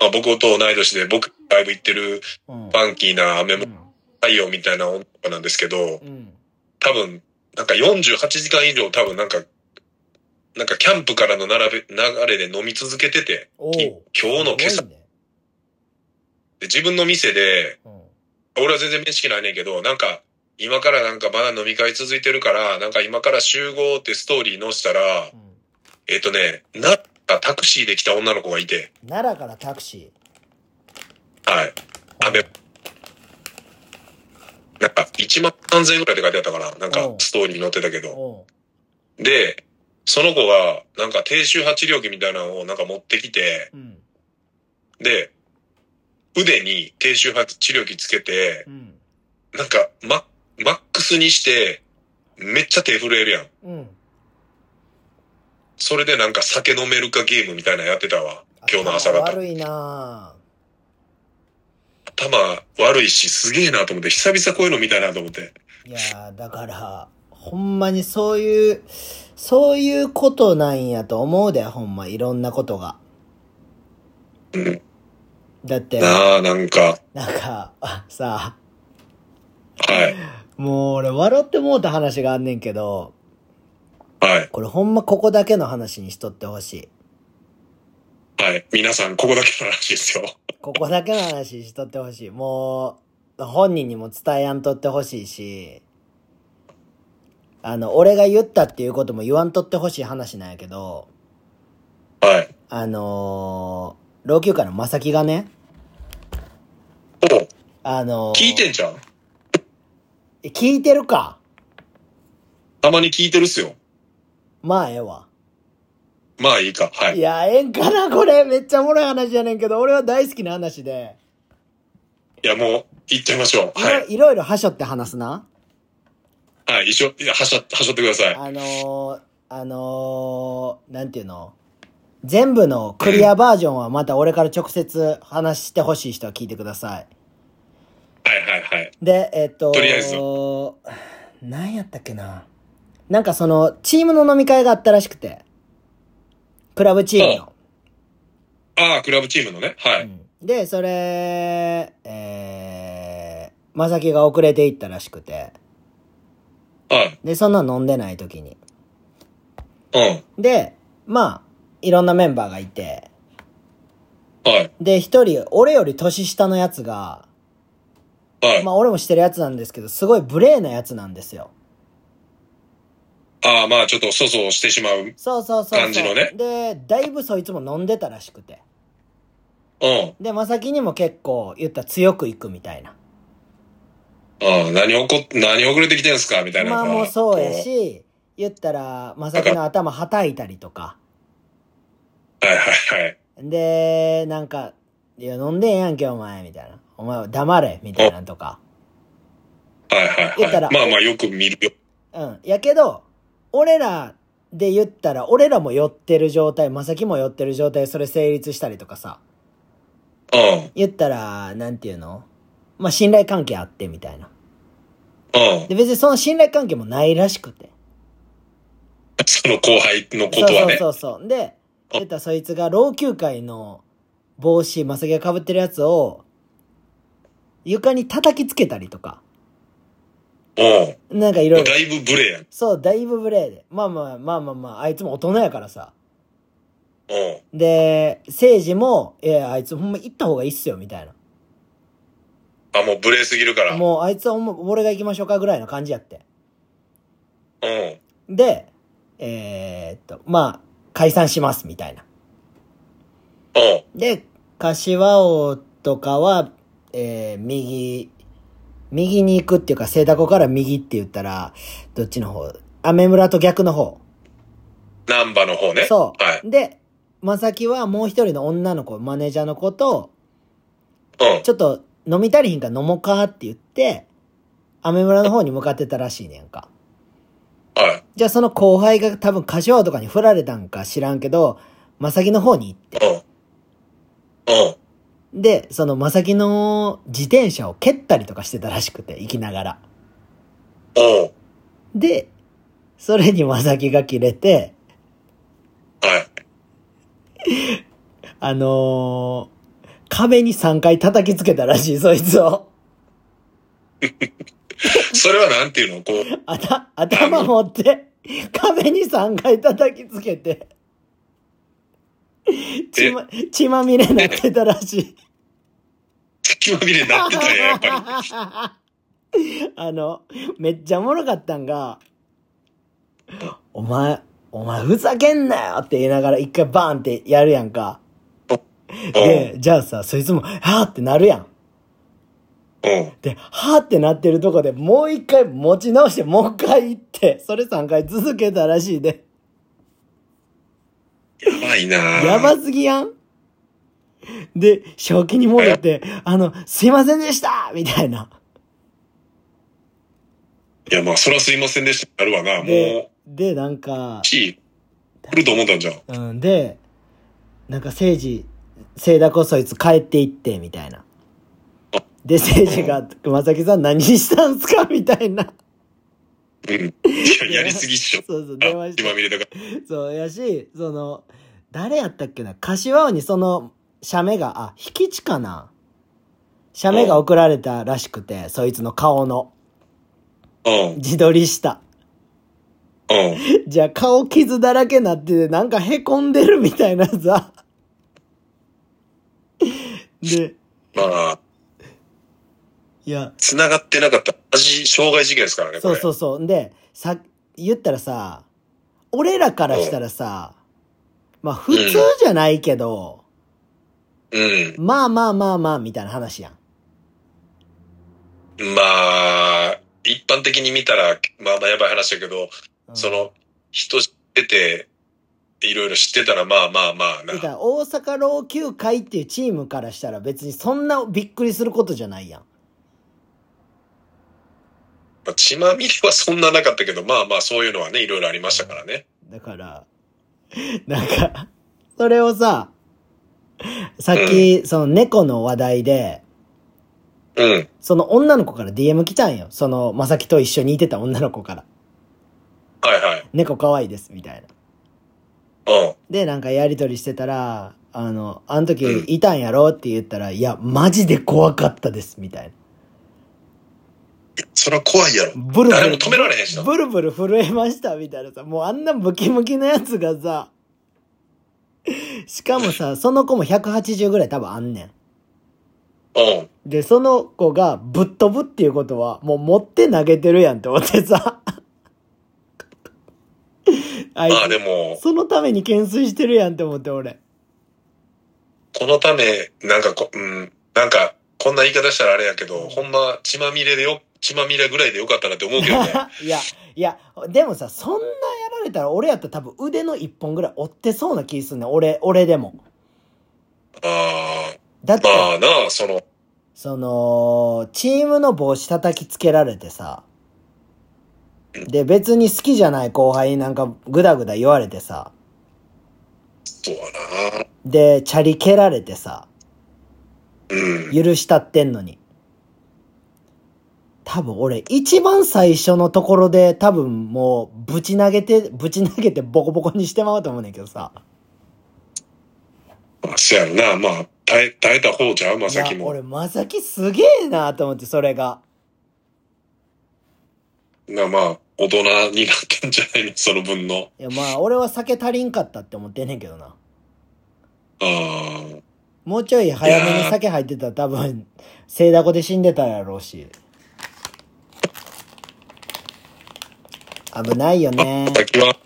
S2: まあ、僕と同い年で、僕ライブ行ってる、
S1: うん。
S2: ファンキーなメ
S1: う
S2: モ
S1: ん
S2: 太陽みたいな女の子なんですけ
S1: う
S2: ど、
S1: ん。
S2: 多分、なんか48時間以上多分なんか、なんかキャンプからの並べ、流れで飲み続けてて、
S1: おう
S2: き今日の今朝
S1: すごいね
S2: で自分の店で、
S1: うん
S2: 俺は全然面識ないねんけど、なんか、今からなんかまだ飲み会続いてるから、なんか今から集合ってストーリー載せたら
S1: う、ん
S2: えっ、とね、なんかタクシーで来た女の子がいて、
S1: 奈良からタクシ
S2: はい。あ、で、なんか1万3000円ぐらいって書いてあったから、なんかストーリーに載ってたけ
S1: ー。
S2: ど。
S1: おう
S2: で、その子が、なんか低周波治療器みたいなのをなんか持ってきて、
S1: うん。
S2: で、腕に低周波治療器つけて、
S1: うん。
S2: なんか、ママックスにして、めっちゃ手震えるやん。
S1: うん。
S2: それでなんか酒飲めるかゲームみたいなのやってたわ。今日の朝
S1: 頭
S2: 方。
S1: 悪いなぁ。
S2: 頭悪いし、すげえなと思って、久々こういうの見たいなと思って。
S1: いやーだから、ほんまにそういう、そういうことなんやと思うで、ほんま、いろんなことが。
S2: うん。
S1: だって、
S2: なあ、なんか、
S1: なんか、あさ
S2: はい。
S1: もう俺笑ってもうた話があんねんけど、
S2: はい。
S1: これほんまここだけの話にしとってほしい。
S2: はい。皆さん、ここだけの話ですよ。
S1: ここだけの話にしとってほしい。もう、本人にも伝えやんとってほしいし、あの、俺が言ったっていうことも言わんとってほしい話なんやけど、
S2: はい。
S1: あのー老朽化のまさきがね、
S2: お
S1: あのー
S2: 聞いてんじゃん
S1: え聞いてるか。
S2: たまに聞いてるっすよ。
S1: まあ、ええわ。
S2: まあいいか。はいい。
S1: や、ええんかな、これ。めっちゃおもろい話やねんけど、俺は大好きな話で。
S2: いや、もう、行っちゃいましょう。
S1: い
S2: は
S1: ろ
S2: い。
S1: いろいろはしょって話すな。
S2: はい。一緒、いやはしゃ、はしょってください。
S1: あのー、あのー、なんていうの全部のクリアバージョンはまた俺から直接話してほしい人は聞いてください。
S2: はいはいはい。
S1: で、えっと、
S2: とりあえず
S1: 何やったっけな。なんかその、チームの飲み会があったらしくて。クラブチームの。
S2: ああ、クラブチームのね。は
S1: う
S2: い。
S1: んで、それ、えー、まさきが遅れていったらしくて。
S2: はい。
S1: で、そんな飲んでない時に。
S2: うん。
S1: で、まあ、いろんなメンバーがいて。
S2: はい。
S1: で、一人、俺より年下のやつが、
S2: はい。
S1: まあ俺もしてるやつなんですけど、すごい無礼なやつなんですよ。
S2: ああ、まあちょっと粗相してしまう。うん。
S1: そうそうそうそう。
S2: 感じのね
S1: で、だいぶそいつも飲んでたらしくて。
S2: あ
S1: で、まさきにも結構、言ったら強くいくみたいな。
S2: あ、何をこ、何遅れてきてんすかみたいな。
S1: まあもうそうや。し、言ったら、まさきの頭はたいたりとか。
S2: はいはいはい。
S1: で、なんか、いや、飲んでんやんけ、お前、みたいな。お前は黙れ、みたいなんとか。
S2: はい
S1: 言っ
S2: は
S1: た
S2: い
S1: ら
S2: はい。まあまあよく見るよ。
S1: うん。やけど、俺らで言ったら、俺らも酔ってる状態、まさきも酔ってる状態、それ成立したりとかさ。
S2: うん。
S1: 言ったら、なんていうのまあ、信頼関係あって、みたいな。
S2: うん。
S1: で、別にその信頼関係もないらしくて。
S2: その後輩のこ
S1: そう
S2: とは
S1: そう
S2: ね。
S1: そうそう。で、言ったらそいつが老朽会の帽子、まさきが被ってるやつを、床に叩きつけたりとか。
S2: うん。
S1: なんかいろいろ
S2: だ。いぶ無礼やん。
S1: そう、だいぶ無礼で。まあまあまあまあまあ、あいつも大人やからさ。
S2: うん。
S1: で、政治も、いや、あいつほんま行った方がいいっすよ、みたいな。
S2: あ、もう無礼すぎるから。うん。
S1: もう、あいつはほんま、俺が行きましょうか、ぐらいの感じやって。
S2: うん。
S1: で、えーっと、まあ、解散します、みたいな。で、柏王とかは、えー、右、右に行くっていうか、聖太子から右って言ったら、どっちの方アメ村と逆の方。
S2: 難波の方ね。
S1: そ
S2: はい。
S1: う。で、まさきはもう一人の女の子、マネージャーの子と、
S2: うん。
S1: ちょっと飲み足りひんから飲もうかって言って、アメ村の方に向かってたらしいねやんか。
S2: はい。
S1: じゃあその後輩が多分柏王とかに振られたんか知らんけど、まさきの方に行って。
S2: うん。うん。
S1: で、そのまさきの自転車を蹴ったりとかしてたらしくて、行きながら。
S2: おう。
S1: で、それにまさきが切れて、
S2: はい。
S1: あのー壁に3回叩きつけたらしい、そいつを。
S2: それはなんていうのこう、
S1: あた、頭持って、壁に3回叩きつけて、血ま、血まみれになってたらしい。
S2: 気まみれになってたんや、やっぱり。
S1: あの、めっちゃおもろかったんが、お前、お前ふざけんなよって言いながら一回バーンってやるやんか。 で、じゃあさ、そいつも、はぁってなるやん。
S2: うん。うん。
S1: で、はぁってなってるとこでもう一回持ち直して、もう一回行って、それ3回続けたらしいで。
S2: やばいな
S1: やばすぎやんで、正気に戻って、あの、すいませんでしたみたいな。
S2: いや、まあ、そらすいませんでしたってなるわな。も
S1: で、で、なんか
S2: う、、し、来ると思ったんじゃん。
S1: うん、で、なんか政治、聖だこそいつ帰っていって、みたいな。で、政治が、熊崎さん何したんすかみたいな。。
S2: うん。いや、やりすぎっしょ
S1: そうそう、電話
S2: あ
S1: し
S2: 気まみ
S1: て。
S2: れだか
S1: そう、やし、その、誰やったっけな柏尾にその、写メが、あ、引き地かな写メが送られたらしくて、そいつの顔の、
S2: ら。うん。
S1: 自撮りした。
S2: うん。
S1: じゃあ顔傷だらけになってて、なんかへこんでるみたいなさ。 で、
S2: まあ、
S1: いや、
S2: 繋がってなかった。同じ障害事件ですからね、こ
S1: そう
S2: れ。
S1: そううそう。で、さ、言ったらさ、俺らからしたらさ、まあ普通じゃないけど、
S2: ん。
S1: まあまあまあまあみたいな話やん。
S2: まあ、一般的に見たら、まあまあやばい話だけど、
S1: うん
S2: そ、の、人知ってて、いろいろ知ってたら、まあまあまあな。
S1: だから大阪老朽会っていうチームからしたら別にそんなびっくりすることじゃないやん。
S2: まあ血まみれはそんななかったけど、まあまあそういうのはね、いろいろありましたからね。
S1: だから、なんか、それをさ、さっき、その猫の話題で、
S2: うん。
S1: その女の子から DM 来たんよ。その、まさきと一緒にいてた女の子から。
S2: はいはい。
S1: 猫可愛いです、みたいな。
S2: うん。
S1: で、なんかやりとりしてたら、あの、あの時いたんやろって言ったら、いや、マジで怖かったです、みたいな。
S2: それは怖いやろ。
S1: ブルブル。
S2: 誰も止められへんしな。
S1: ブルブル震えました、みたいなさ。もうあんなムキムキのやつがさ、しかもさ、その子も180ぐらい多分あんねん。
S2: うん。
S1: で、その子がぶっ飛ぶっていうことは、もう持って投げてるやんって思ってさ。あい
S2: まあで
S1: つ、
S2: も、
S1: そのために懸垂してるやんって思って、俺。
S2: このため、なんかこ、うん、なんか、こんな言い方したらあれやけど、ほんま血まみれでよ、血まみれぐらいでよかったなって思うけ どね。
S1: いや、いや、でもさ、そんなやられたら、俺やったら多分腕の一本ぐらい折ってそうな気すんねん。俺、俺でも。
S2: あ
S1: だっ
S2: あ、
S1: て、
S2: まあなあ、その、
S1: その、チームの帽子叩きつけられてさ、で、別に好きじゃない後輩になんかグダグダ言われてさ、
S2: そうはな。
S1: で、チャリ蹴られてさ、
S2: うん。
S1: 許したってんのに。多分俺、一番最初のところで多分もう、ぶち投げて、ぶち投げてボコボコにしてまうと思うねんけどさ。
S2: まあ、せやろな。まあ、耐え、耐えた方じゃうま
S1: い
S2: さ
S1: や
S2: きも。
S1: 俺、まさきすげえなと思って、それが。
S2: なまあ、大人になったんじゃないのその分の。
S1: いや、まあ、俺は酒足りんかったって思ってんねんけどな。
S2: ああ。
S1: もうちょい早めに酒入ってたら多分、セイダコで死んでたやろうし。危ないよね。
S2: 先は、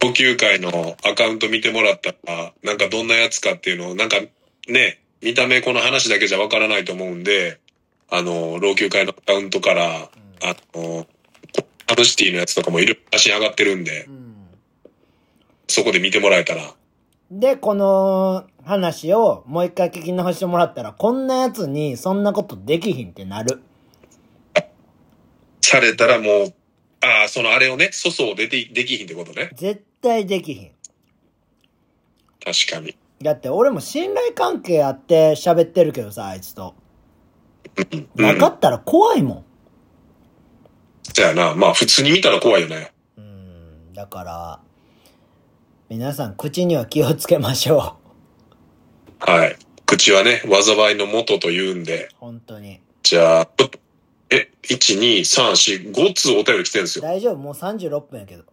S2: 同級会のアカウント見てもらったら、なんかどんなやつかっていうのを、なんかね、見た目この話だけじゃわからないと思うんで、あの、老朽会のアカウントから、あの、アムシティのやつとかもいる写真上がってるんで
S1: う、ん
S2: そこで見てもらえたら、
S1: で、この話をもう一回聞き直してもらったら、こんなやつにそんなことできひんってなる。
S2: されたらもう、ああ、そのあれをね、粗相出て、できひんってことね。
S1: 絶対できひん。
S2: 確かに。
S1: だって俺も信頼関係あって喋ってるけどさ、あいつと。なかったら怖いも
S2: じゃあな、まあ普通に見たら怖いよね。
S1: ん。うん、だから、皆さん口には気をつけましょ
S2: はい。口はね、災いの元と言うんで、
S1: う。本当に。
S2: じゃあ、え、1、2、3、4、5通お便り来てるんですよ。
S1: 大丈夫もう36分やけど。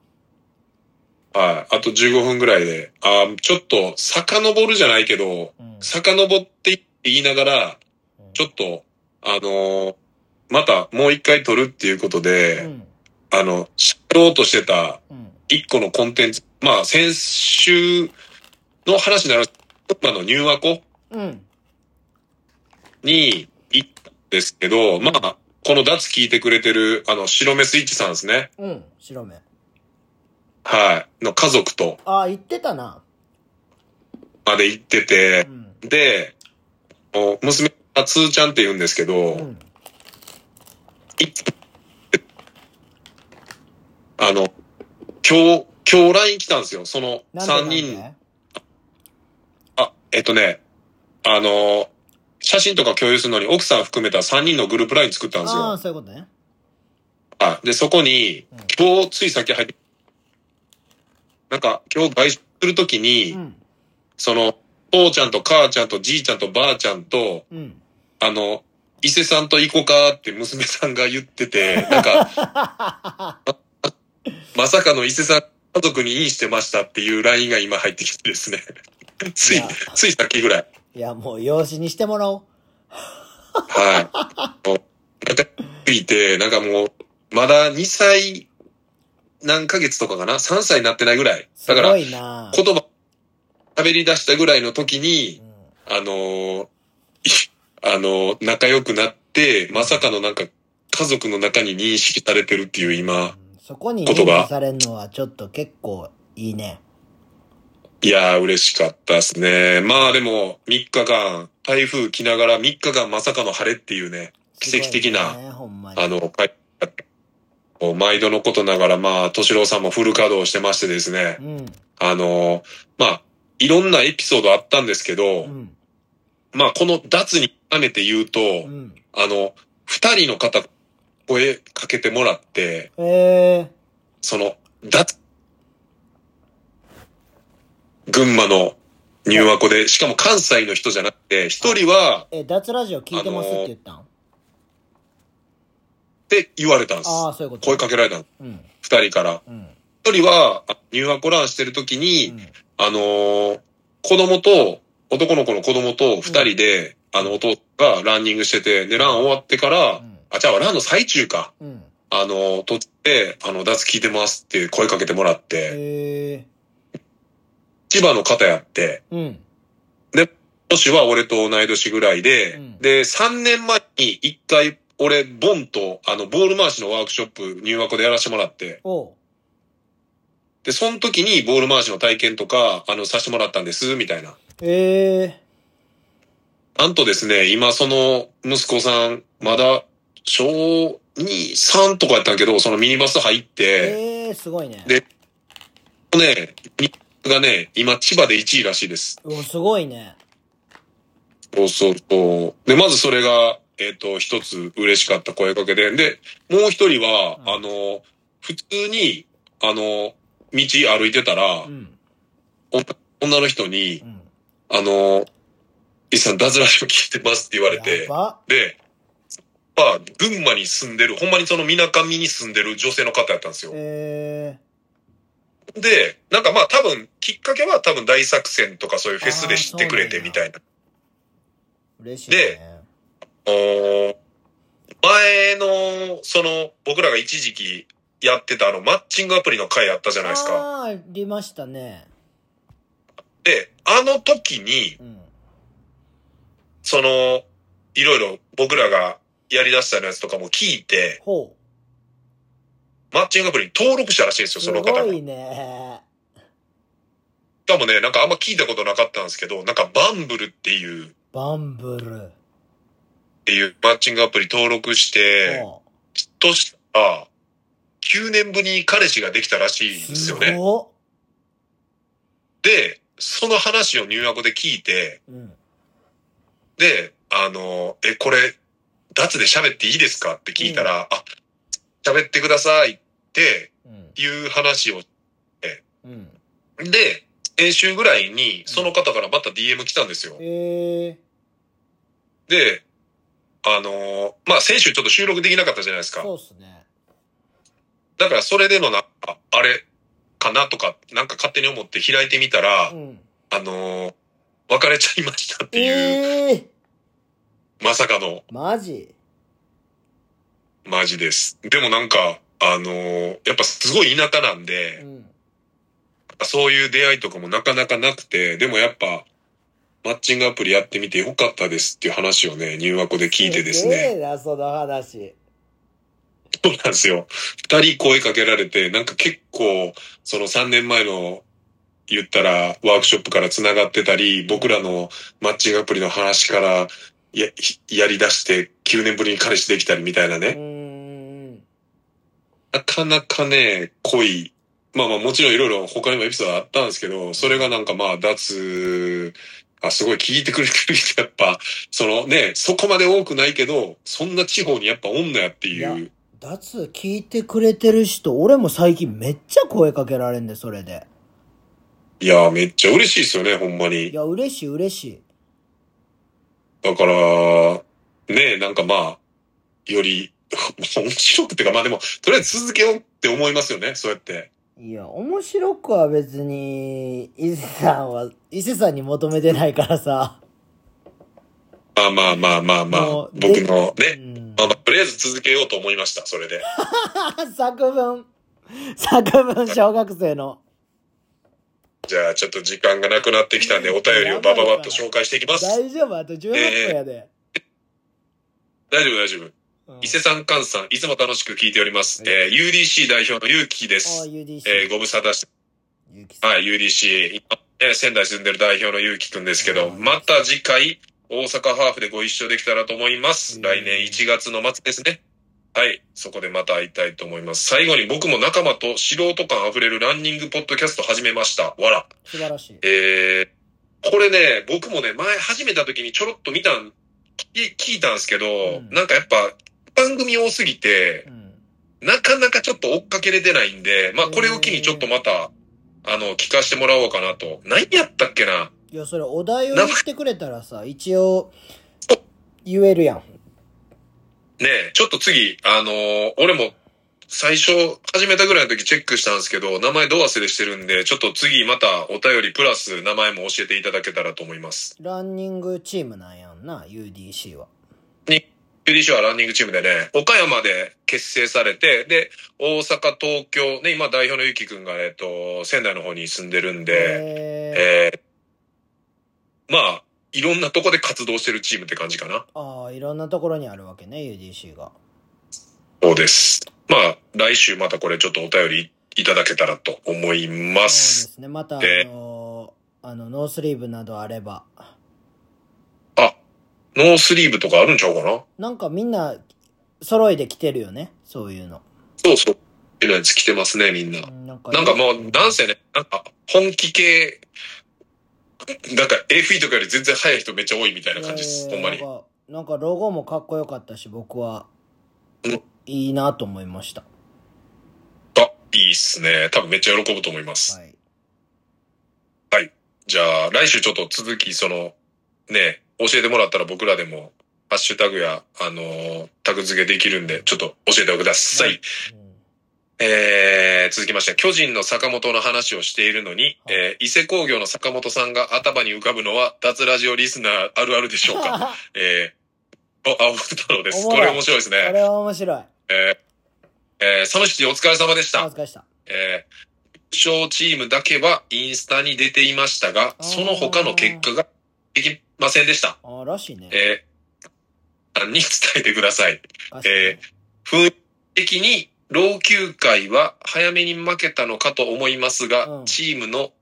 S2: はい。あと15分ぐらいで。あーちょっと、遡るじゃないけど、
S1: うん。
S2: 遡っていって言いながら、ちょっと、あのーまたもう一回撮るっていうことで、
S1: うん。
S2: あの、知ろうとしてた
S1: うん。
S2: 一個のコンテンツ、まあ、先週の話になる、今のニューアコ
S1: うん。
S2: に行ったんですけど、まあ、この脱聞いてくれてる、あの、白目スイッチさんですね。
S1: うん。白目。
S2: はい。の家族と、
S1: ああ、言ってたな。
S2: まで行ってて
S1: う、ん。
S2: で、お娘がつーちゃんって言うんですけど、
S1: うん。
S2: いあの、今日、今日 LINE 来たんですよ、その
S1: なん
S2: 3
S1: で
S2: 人。あ、えっとね、あの、写真とか共有するのに奥さん含めた3人のグループ LINE 作ったんです
S1: ああー、
S2: よ。
S1: そういうことね。
S2: あで、そこに
S1: うん、
S2: 今日つい先入って、なんか今日外出するときに、
S1: うん。
S2: その、父ちゃんと母ちゃんとじいちゃんとばあちゃんと、
S1: うん。
S2: あの、伊勢さんと行こうかって娘さんが言ってて、なんか、まさかの伊勢さん家族にインしてましたっていう LINE が今入ってきてですね。つい
S1: いや、
S2: ついさっきぐらい。
S1: いや、もう養子にしてもらおう。
S2: はい。もう、なんか、いて、なんかもう、まだ2歳何ヶ月とかかな ?3 歳になってないぐらい。
S1: す
S2: だから、
S1: ご
S2: 言
S1: いな
S2: 葉喋り出したぐらいの時に
S1: う、ん
S2: あのー いあのー仲良くなって、まさかのなんか、家族の中に認識されてるっていう今、
S1: そこに
S2: 言葉
S1: 認可されるのはちょっと結構いいね。
S2: いやー嬉しかったですね。まあでも、3日間、台風来ながら3日間まさかの晴れっていうね、奇跡的な
S1: すごいね、ほんまに。
S2: あの、帰もう毎度のことながら、まあ、敏郎さんもフル稼働してましてですね
S1: う、ん。
S2: あのーまあ、いろんなエピソードあったんですけど、
S1: うん。
S2: まあ、この脱に絡めて言うと、
S1: うん。
S2: あの、二人の方、声かけてもらって、
S1: え
S2: その、脱、群馬の入和子で、しかも関西の人じゃなくて、一人は、
S1: ー、え、脱ラジオ聞いてますって言ったん、
S2: って言われたんです。
S1: ああ、そういうこと。
S2: 声かけられたの
S1: うん。
S2: 二人から。
S1: うん。
S2: 一人は、あ入和子ランしてる時に、
S1: うん
S2: あのー子供と、男の子の子供と二人で、あの、お父さんがランニングしてて、で、ラン終わってから、
S1: うん
S2: あ、じゃあランの最中か。
S1: うん。
S2: あの、撮って、あの、脱聞いてますって声かけてもらって、
S1: え
S2: 千葉の方やって、
S1: ー、うん。
S2: 年は俺と同い年ぐらいで、
S1: うん
S2: で、3年前に一回、俺、ボンと、あの、ボール回しのワークショップ、入学でやらせてもらって、
S1: おう。
S2: で、その時にボール回しの体験とか、あの、させてもらったんです、みたいな。
S1: えー、
S2: なんとですね、今、その、息子さん、まだ、小2、3とかやったんやけど、そのミニバス入って、
S1: えー、すごいね。
S2: でね、ミニバスがね、今、千葉で1位らしいです。
S1: おすごいね。
S2: そうそうそう。で、まずそれが、えっ、と、一つ嬉しかった声かけで。で、もう一人は、
S1: うん
S2: あの、普通に、あの、道歩いてたら、
S1: うん。
S2: 女の人に
S1: う、ん。
S2: あの、イさん、脱ラジオ聞いてますって言われ
S1: や
S2: て、
S1: ば。
S2: で、まあ、群馬に住んでる、ほんまにその水上に住んでる女性の方やったんですよ。
S1: え
S2: で、なんかまあ多分、きっかけは多分大作戦とかそういうフェスで知ってくれてみたいな。
S1: 嬉しいね。
S2: おー前の、その、僕らが一時期やってたあの、マッチングアプリの回あったじゃないですか。
S1: ああ、ありましたね。
S2: で、あの時に、
S1: うん。
S2: その、いろいろ僕らがやり出したやつとかも聞いて、
S1: ほう。
S2: マッチングアプリに登録したらしいんですよ、
S1: す
S2: その方が。
S1: ごい
S2: し
S1: ね。
S2: かもね、なんかあんま聞いたことなかったんですけど、なんかバンブルっていう、っ
S1: バンブル。
S2: ていうマッチングアプリ登録して、
S1: ほ
S2: きっとしたら、9年ぶりに彼氏ができたらし
S1: う
S2: いんです
S1: す
S2: よね。
S1: ご
S2: で、その話を入学で聞いて、
S1: っ。うん。
S2: で、あの、え、これ、脱で喋っていいですかって聞いたら、あ、喋ってくださいって
S1: うん。
S2: いう話を、
S1: うん。
S2: で、先週ぐらいに、その方からまた DM 来たんですよ。
S1: ええ
S2: で、あの、まあ、先週ちょっと収録できなかったじゃないです
S1: ー、
S2: か。
S1: そうっすね。
S2: だからそれでのなんか、あれかなとか、なんか勝手に思って開いてみたら、
S1: うん。
S2: あの、別れちゃいましたっていう、
S1: ええー、
S2: まさかの、
S1: マジ
S2: マジです。でもなんか、あのーやっぱすごい田舎なん
S1: う
S2: で、
S1: ん。
S2: そういう出会いとかもなかなかなくて、でもやっぱ、マッチングアプリやってみてよかったですっていう話をね、入学で聞いてです
S1: ええ
S2: ね。
S1: な、その話。
S2: そうなんですよ。二人声かけられて、なんか結構、その3年前の、言ったら、ワークショップから繋がってたり、僕らのマッチングアプリの話から、や、やり出して、9年ぶりに彼氏できたりみたいなね
S1: う。ーん。
S2: なかなかね、濃い。まあまあもちろんいろいろ他にもエピソードあったんですけど、それがなんかまあ脱、あ、すごい聞いてくれてる人やっぱ、そのね、そこまで多くないけど、そんな地方にやっぱ女やって
S1: い
S2: いう。
S1: 脱聞いてくれてる人、俺も最近めっちゃ声かけられんで、それで。
S2: いやーめっちゃ嬉しいですよね、ほんま
S1: い
S2: に。
S1: や、嬉しい嬉しい。
S2: だから、ね、なんかまあ、より、面白くてか、まあでも、とりあえず続けようって思いますよね、そうやって。
S1: いや、面白くは別に、伊勢さんは、伊勢さんに求めてないからさ。
S2: まあまあまあまあまあ
S1: も、うで
S2: 僕の
S1: う
S2: ね、
S1: ん
S2: まあまあ、とりあえず続けようと思いました、それで。
S1: 作文。作文、小学生の。
S2: じゃあ、ちょっと時間がなくなってきたんで、お便りをバババッと紹介していきます。
S1: 大丈夫あと18分やで。
S2: 大丈夫、大丈夫。
S1: うん
S2: 伊勢さん、菅さん、いつも楽しく聞いております。
S1: はい
S2: えー、UDC 代表のゆうき
S1: あ
S2: で
S1: あ、
S2: す。えー
S1: UDC。
S2: ご無沙汰して、
S1: ゆうきさん。
S2: はい、UDC、今、えー仙台住んでる代表のゆうきくんですけ
S1: は
S2: ど、
S1: い
S2: また次回、大阪ハーフでご一緒できたらと思いま
S1: う
S2: す。
S1: ん
S2: 来年1月の末ですね。はい、そこでまた会いたいと思います。最後に僕も仲間と素人感あふれるランニングポッドキャスト始めました。わら。
S1: 素晴らしい。
S2: えーこれね、僕もね、前始めた時にちょろっと見たん、聞聞いたんですけど、
S1: ん
S2: なんかやっぱ、番組多すぎて
S1: う、ん。
S2: なかなかちょっと追っかけれてないんで、まあこれを機にちょっとまた、あの、聞かせてもらおうかなと。何やったっけない
S1: や、それお題を言ってくれたらさ、一応、言えるやん。
S2: ねえちょっと次、あのー俺も、最初、始めたぐらいの時チェックしたんですけど、名前どう忘れしてるんで、ちょっと次またお便りプラス名前も教えていただけたらと思います。
S1: ランニングチームなんやんな、UDC は。
S2: UDC はランニングチームでね、岡山で結成されて、で、大阪、東京、ね、今代表のゆきくんが、えっと、仙台の方に住んでるんで、
S1: え
S2: えーまあ、いろんなとこで活動してるチームって感じかな。
S1: ー、ああ、いろんなところにあるわけね、UDC が。
S2: そうです。まあ、来週またこれちょっとお便りいただけたらと思いま
S1: そう
S2: す
S1: で。すね。また、あ
S2: え
S1: のーあの、ノースリーブなどあれば。
S2: あ、ノースリーブとかあるんちゃうかな
S1: なんかみんな、揃いで着てるよね、そういうの。
S2: そうそう。えらいやつ着てますね、みんな。
S1: うんなんか
S2: なんかもう、男性ね、なんか、本気系、なんか AFE とかより全然早い人めっちゃ多いみたいな感じです。
S1: い
S2: ほ
S1: や
S2: ん
S1: いや
S2: まに。
S1: なんかなんかロゴもかっこよかったし、僕は
S2: うん、
S1: いいなと思いました。
S2: あ、いいっすね。多分めっちゃ喜ぶと思います。
S1: はい。
S2: じゃあ、来週ちょっと続き、その、ね、教えてもらったら僕らでも、ハッシュタグや、あのータグ付けできるんで、ちょっと教えてください。
S1: うん
S2: えー、続きまして、巨人の坂本の話をしているのに、えー、伊勢工業の坂本さんが頭に浮かぶのは、脱ラジオリスナーあるあるでしょう かえー、お、青太郎で
S1: お
S2: す。
S1: もろ
S2: こ
S1: い
S2: れ面白いです
S1: こ
S2: ね。
S1: れは面白い。
S2: えー、えー、サムシティお疲れ様でし
S1: お
S2: た。
S1: 疲れした。
S2: えー、優勝チームだけはインスタに出ていましたが、その他の結果ができませんでした。
S1: あーらしいね。
S2: えー、に伝えてください。
S1: 確かに
S2: え雰囲気的に老朽会は早めに負けたのかと思いますが、
S1: うん
S2: チームの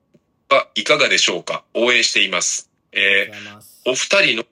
S2: はいかがでしょうか応援しています。え
S1: ありがとうございます
S2: ーお二人の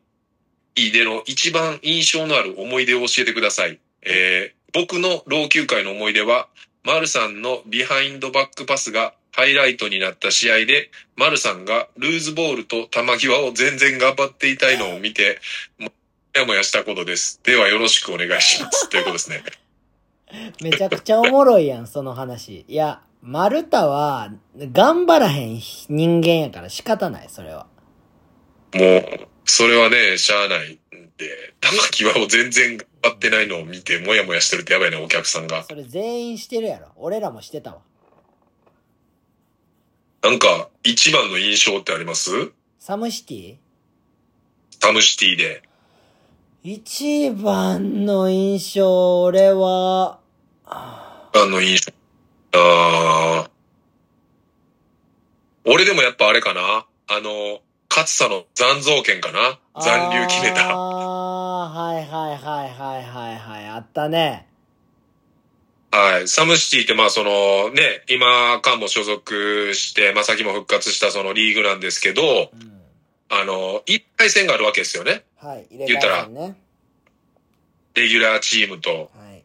S2: での一番印象のある思い出を教えてください。えー僕の老朽会の思い出は、マルさんのビハインドバックパスがハイライトになった試合で、マルさんがルーズボールと球際を全然頑張っていたいのを見て、もやもやしたことです。ではよろしくお願いします。ということですね。
S1: めちゃくちゃおもろいやん、その話。いや、丸太は、頑張らへん人間やから仕方ない、それは。
S2: もう、それはね、しゃあないんで、玉木はを全然頑張ってないのを見て、もやもやしてるってやばいね、お客さんが。
S1: それ全員してるやろ。俺らもしてたわ。
S2: なんか、一番の印象ってあります
S1: サムシティ
S2: タムシティで。
S1: 一番の印象、俺は、
S2: 一番の印象。あー俺でもやっぱあれかなあの、勝さの残像権かな残留決めた。
S1: あーはいはいはいはいはいはい、あったね。
S2: はい。サムシティってまあそのね、今、カンも所属して、まあ先も復活したそのリーグなんですけど、
S1: うん。
S2: あの、一回戦があるわけですよね。
S1: はい、入れ替えたね。
S2: レギュラーチームと。
S1: はい。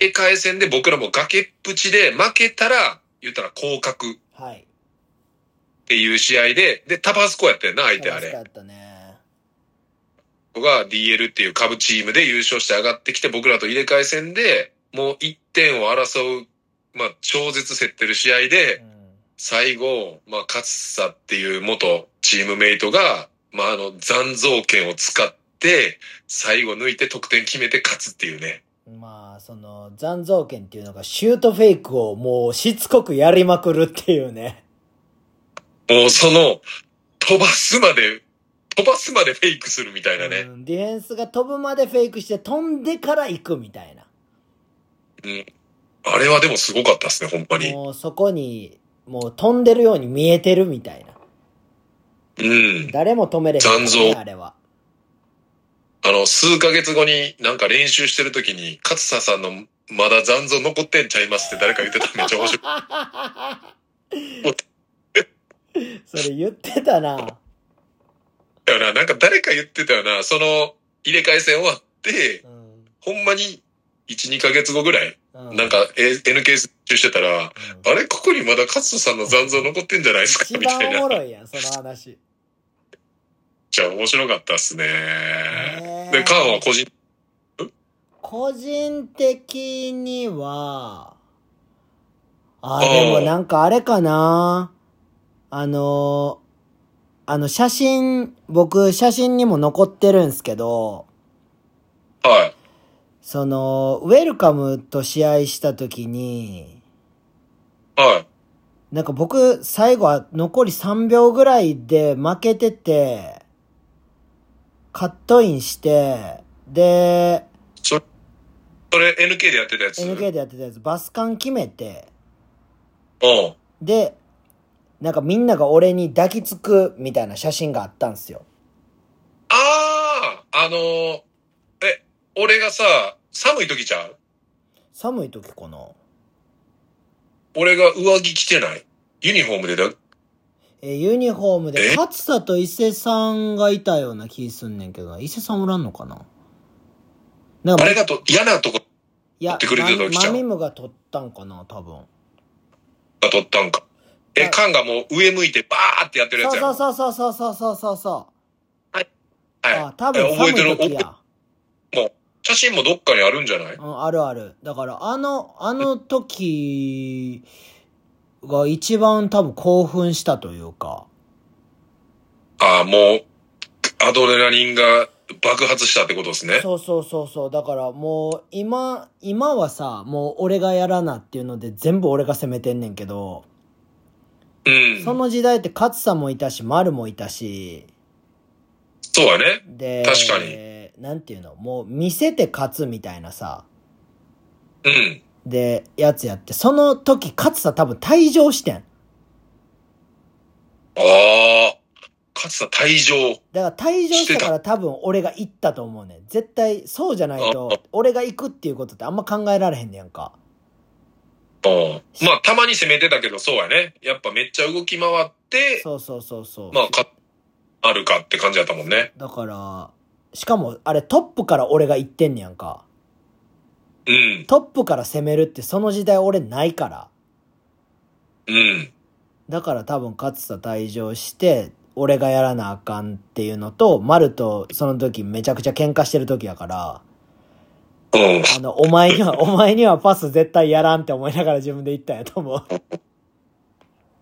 S2: 入れ替え戦で僕らも崖っぷちで負けたら、言ったら降格っ
S1: はい。
S2: ていう試合で、で、タバスコやったよな、相手あ
S1: 楽しか
S2: れ。
S1: ったね。
S2: 僕が DL っていう株チームで優勝して上がってきて、僕らと入れ替え戦で、もう1点を争う、まあ、超絶競ってる試合
S1: う
S2: で、
S1: ん。
S2: 最後、まあ、勝さっていう元チームメイトが、まあ、あの、残像権を使って、最後抜いて得点決めて勝つっていうね。
S1: まあ、その、残像権っていうのが、シュートフェイクをもうしつこくやりまくるっていうね。
S2: もうその、飛ばすまで、飛ばすまでフェイクするみたいなね。
S1: うんディフェンスが飛ぶまでフェイクして飛んでから行くみたいな。
S2: あれはでもすごかったですね、ほんまに。
S1: もうそこに、もう飛んでるように見えてるみたいな。
S2: うん。
S1: 誰も止めれへん、ね。
S2: 残像
S1: あれは。
S2: あの、数ヶ月後になんか練習してる時に、勝佐さんのまだ残像残ってんちゃいますって誰か言ってためっちゃ面白い。
S1: それ言ってたな。
S2: だよな、 なんか誰か言ってたよな、その入れ替え戦終わって
S1: う、ん。
S2: ほんまに1、2ヶ月後ぐらい、
S1: う
S2: なん、か A- NK 中してたら、
S1: うん
S2: あれここにまだ勝佐さんの残像残ってんじゃないですか
S1: 一
S2: みた
S1: 番
S2: い
S1: おも
S2: な。めっ
S1: ろいやん、その話。
S2: ちゃ面白かったっすね。
S1: ねえ
S2: で、カーンは個人、
S1: 個人的には、あ、でもなんかあれかな。あの、あの写真、僕写真にも残ってるんすけど、
S2: はい。
S1: その、ウェルカムと試合した時に、
S2: はい。
S1: なんか僕最後は残り3秒ぐらいで負けてて、カットインして、で、
S2: それ、それ NK でやってたやつ。
S1: NK でやってたやつバスカン決めて、
S2: うん。
S1: で、なんかみんなが俺に抱きつくみたいな写真があったんすよ。
S2: あああのーえ、俺がさ、寒い時ちゃう
S1: 寒い時かな
S2: 俺が上着着てない。ユニフォームでだ、
S1: えーユニフォームで
S2: え
S1: 勝田と伊勢さんがいたような気すんねんけどな、伊勢さんおらんのかななん
S2: あ
S1: か、
S2: れがと嫌なとこ
S1: いや
S2: 撮ってくれてた、時ちゃ
S1: マ
S2: う
S1: ミムが撮ったんかな、多分。
S2: が取ったんか。
S1: は
S2: え、
S1: い
S2: カンがもう上向いてバーってやってるやつやろ。
S1: そうそうそうそうそうそうそうそう。
S2: は
S1: あ、
S2: い。
S1: 多分
S2: え覚えて
S1: 寒
S2: る
S1: い時や。
S2: 写真もどっかにあるんじゃない
S1: うん、あるある。だから、あの、あの時が一番多分興奮したというか。
S2: ああ、もう、アドレナリンが爆発したってことです ね。
S1: そうそうそうそう。だからもう今、今はさ、もう俺がやらなっていうので全部俺が攻めてんねんけど、
S2: うん。
S1: その時代って勝さんもいたし、丸もいたし、
S2: そうやね。
S1: で、
S2: 確か
S1: なんていうの、もう見せて勝つみたいなさ、
S2: うん。
S1: で、やつやって、その時勝さん多分退場してん。
S2: ああ。勝田退場。
S1: だから退場したから多分俺が行ったと思うねん。絶対そうじゃないと、俺が行くっていうことってあんま考えられへんねやんか。
S2: うん。まあ、たまに攻めてたけど、そうやね。やっぱめっちゃ動き回って、
S1: そうそうそうそう。
S2: まあ、か、あるかって感じだったもんね。
S1: だから、しかもあれトップから俺が行ってんねやんか。
S2: うん。
S1: トップから攻めるってその時代俺ないから。
S2: うん。
S1: だから多分勝田退場して、俺がやらなあかんっていうのと、丸とその時めちゃくちゃ喧嘩してる時やから、
S2: うん。
S1: あの、お前には、 お前にはパス絶対やらんって思いながら自分で言ったんやと思う。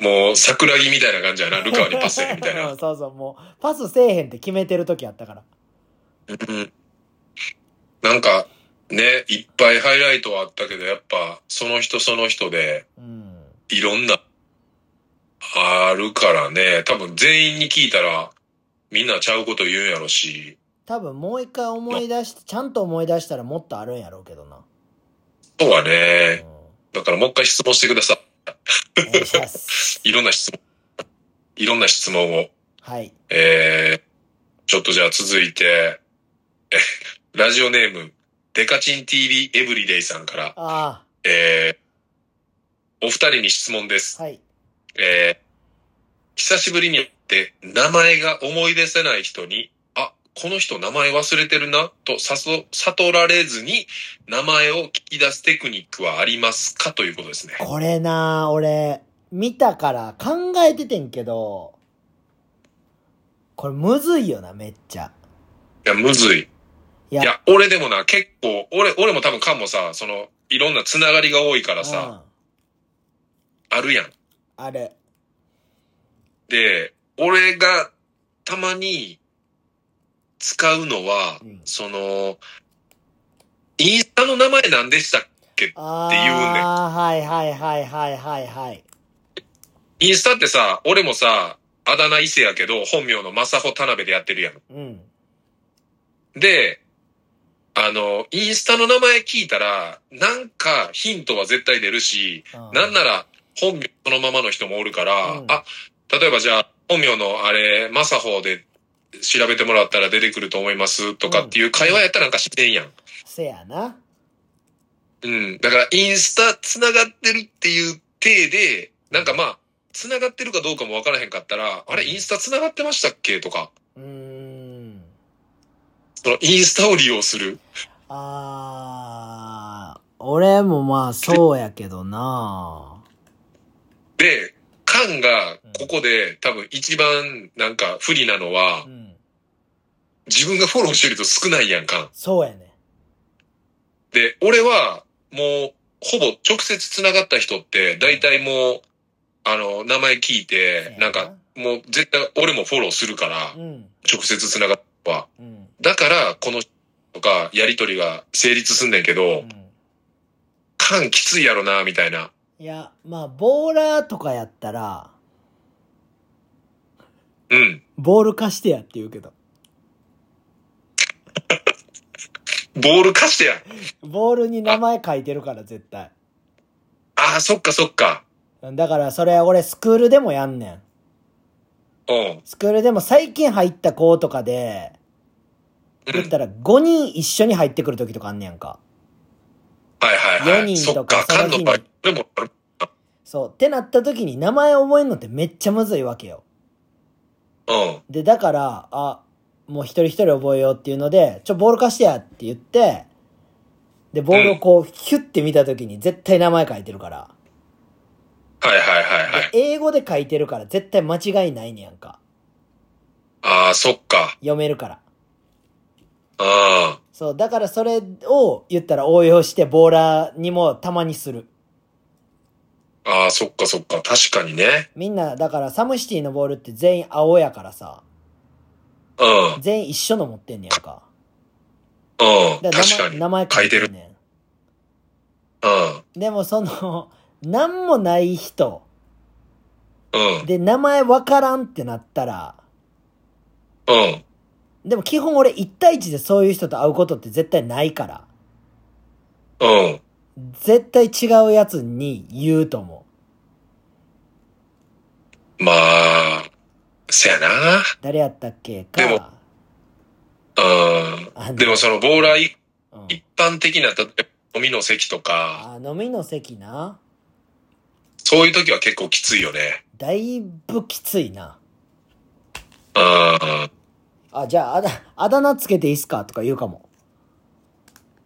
S2: もう、桜木みたいな感じやな。ルカワにパスやみたいな。
S1: う
S2: う ん
S1: そうそう、もう、パスせえへんって決めてる時やったから。
S2: ん。なんか、ね、いっぱいハイライトはあったけど、やっぱ、その人その人で、
S1: うん。
S2: いろんな、あるからね。多分全員に聞いたら、みんなちゃうこと言うんやろし。
S1: 多分もう一回思い出して、ちゃんと思い出したらもっとあるんやろうけどな。
S2: そうは
S1: うん。
S2: ね。だからもう一回質問してくださ
S1: お願いします。
S2: い。いろんな質問。いろんな質問を。
S1: はい。
S2: えー、ちょっとじゃあ続いて、えラジオネーム、デカチン TV エブリデイさんから、
S1: あ
S2: えー、お二人に質問です
S1: あ、。はい。
S2: えー、久しぶりに会って名前が思い出せない人に、あ、この人名前忘れてるな、と誘、悟られずに名前を聞き出すテクニックはありますかということですね。
S1: これなあ俺、見たから考えててんけど、これむずいよな、めっちゃ。
S2: いや、むずい。
S1: い
S2: いや、俺でもな、結構、俺、俺も多分カンもさ、その、いろんなつながりが多いからさ、あるやん。
S1: うん、あれ。
S2: で、俺がたまに使うのは、
S1: うん
S2: その、インスタの名前何でしたっけ
S1: あ
S2: って言うねん
S1: ああ、はいはいはいはいはいはい。
S2: インスタってさ、俺もさ、あだ名伊勢やけど、本名の正穂田辺でやってるやん。
S1: うん。
S2: で、あの、インスタの名前聞いたら、なんかヒントは絶対出るし、なんな
S1: ら、
S2: ら本名そのままの人もおるから、
S1: うん
S2: あ、例えばじゃあ、本名のあれ、正穂で調べてもらったら出てくると思いますとかっていう会話やったらなんか自然やん。
S1: せやな。
S2: うん。だから、インスタ繋がってるっていう体で、なんかまあ、繋がってるかどうかもわからへんかったら、あれ、インスタ繋がってましたっけとか、
S1: うーん。
S2: そのインスタを利用する。
S1: ああ、俺もまあそうやけどな
S2: で、カンが、ここで多分一番なんか不利なのは
S1: う、ん。
S2: 自分がフォローしてると少ないやん、カン。
S1: そうやね。
S2: で、俺は、もう、ほぼ直接繋がった人って、大体もう、あの、名前聞いて、なんか、もう絶対俺もフォローするから
S1: う、ん。
S2: 直接繋がったは。
S1: うん。
S2: だから、この、とか、やりとりが成立すんねんけ
S1: う
S2: ど
S1: ん、。
S2: 感きついやろな、みたいな。
S1: いや、まあ、ボーラーとかやったら、
S2: うん。
S1: ボール貸してやって言うけど。
S2: ボール貸してや。
S1: ボールに名前書いてるから、絶対。
S2: ああ、そっかそっか。
S1: だから、それ俺、スクールでもやんねん。
S2: うん。
S1: スクールでも最近入った子とかで、
S2: うん
S1: 言ったら5人一緒に入ってくる時とかあんねやんか。
S2: はいはいは
S1: 4
S2: い。
S1: 人
S2: そ
S1: と
S2: っ
S1: か
S2: か、カンの場合
S1: その日に、
S2: 俺もある、
S1: そう。ってなった時に名前覚えんのってめっちゃむずいわけよ。
S2: うん。
S1: で、だから、あ、もう一人一人覚えようっていうので、ちょ、ボール貸してやって言って、で、ボールをこう、ヒュッて見た時に絶対名前書いてるから。
S2: はいはいはいはい
S1: で。英語で書いてるから絶対間違いないねやんか。
S2: ああ、そっか。
S1: 読めるから。
S2: ああ。
S1: そう、だからそれを言ったら応用してボーラーにもたまにする。
S2: ああ、そっかそっか。確かにね。
S1: みんな、だからサムシティのボールって全員青やからさ、
S2: うん。うん。
S1: 全員一緒の持ってんねやんか。だら
S2: 確かに。
S1: 名前名前
S2: 書いてる。
S1: んね
S2: うん。
S1: ん。でもその、 なんもない人
S2: うん。
S1: で名前わからんってなったら、
S2: うん。
S1: でも基本俺一対一でそういう人と会うことって絶対ないから、
S2: うん。
S1: 絶対違うやつに言うと思う。
S2: まあ、せやな。
S1: 誰やったっけ
S2: でも
S1: か。あ
S2: うん。でもその、ボーラー一
S1: うん
S2: 一般的な、例えば飲みの席とか、
S1: あ飲みの席な。
S2: そういう時は結構きついよね。
S1: だいぶきついな。
S2: うん。
S1: あ、じゃあ、あだ、あだ名つけていいっすかとか言うかも。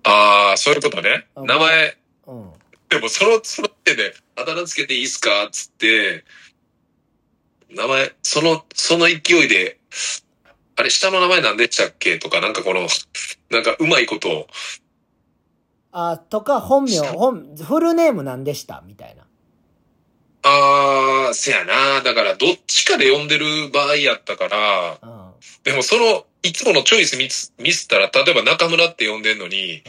S2: ああ、そういうことね。
S1: うん
S2: 名前、
S1: うん。
S2: でもその、その手で、あだ名つけていいっすかっつって、名前、その、その勢いで、あれ、下の名前何でしたっけとか、なんかこの、なんかうまいことを、
S1: あ、とか、本名、
S2: した
S1: 本、フルネームなんでしたみたいな。
S2: ああ、せやな。だから、どっちかで呼んでる場合やったから、
S1: うん。うん。
S2: でもその、いつものチョイスミスミスったら、例えば中村って呼んでんのに、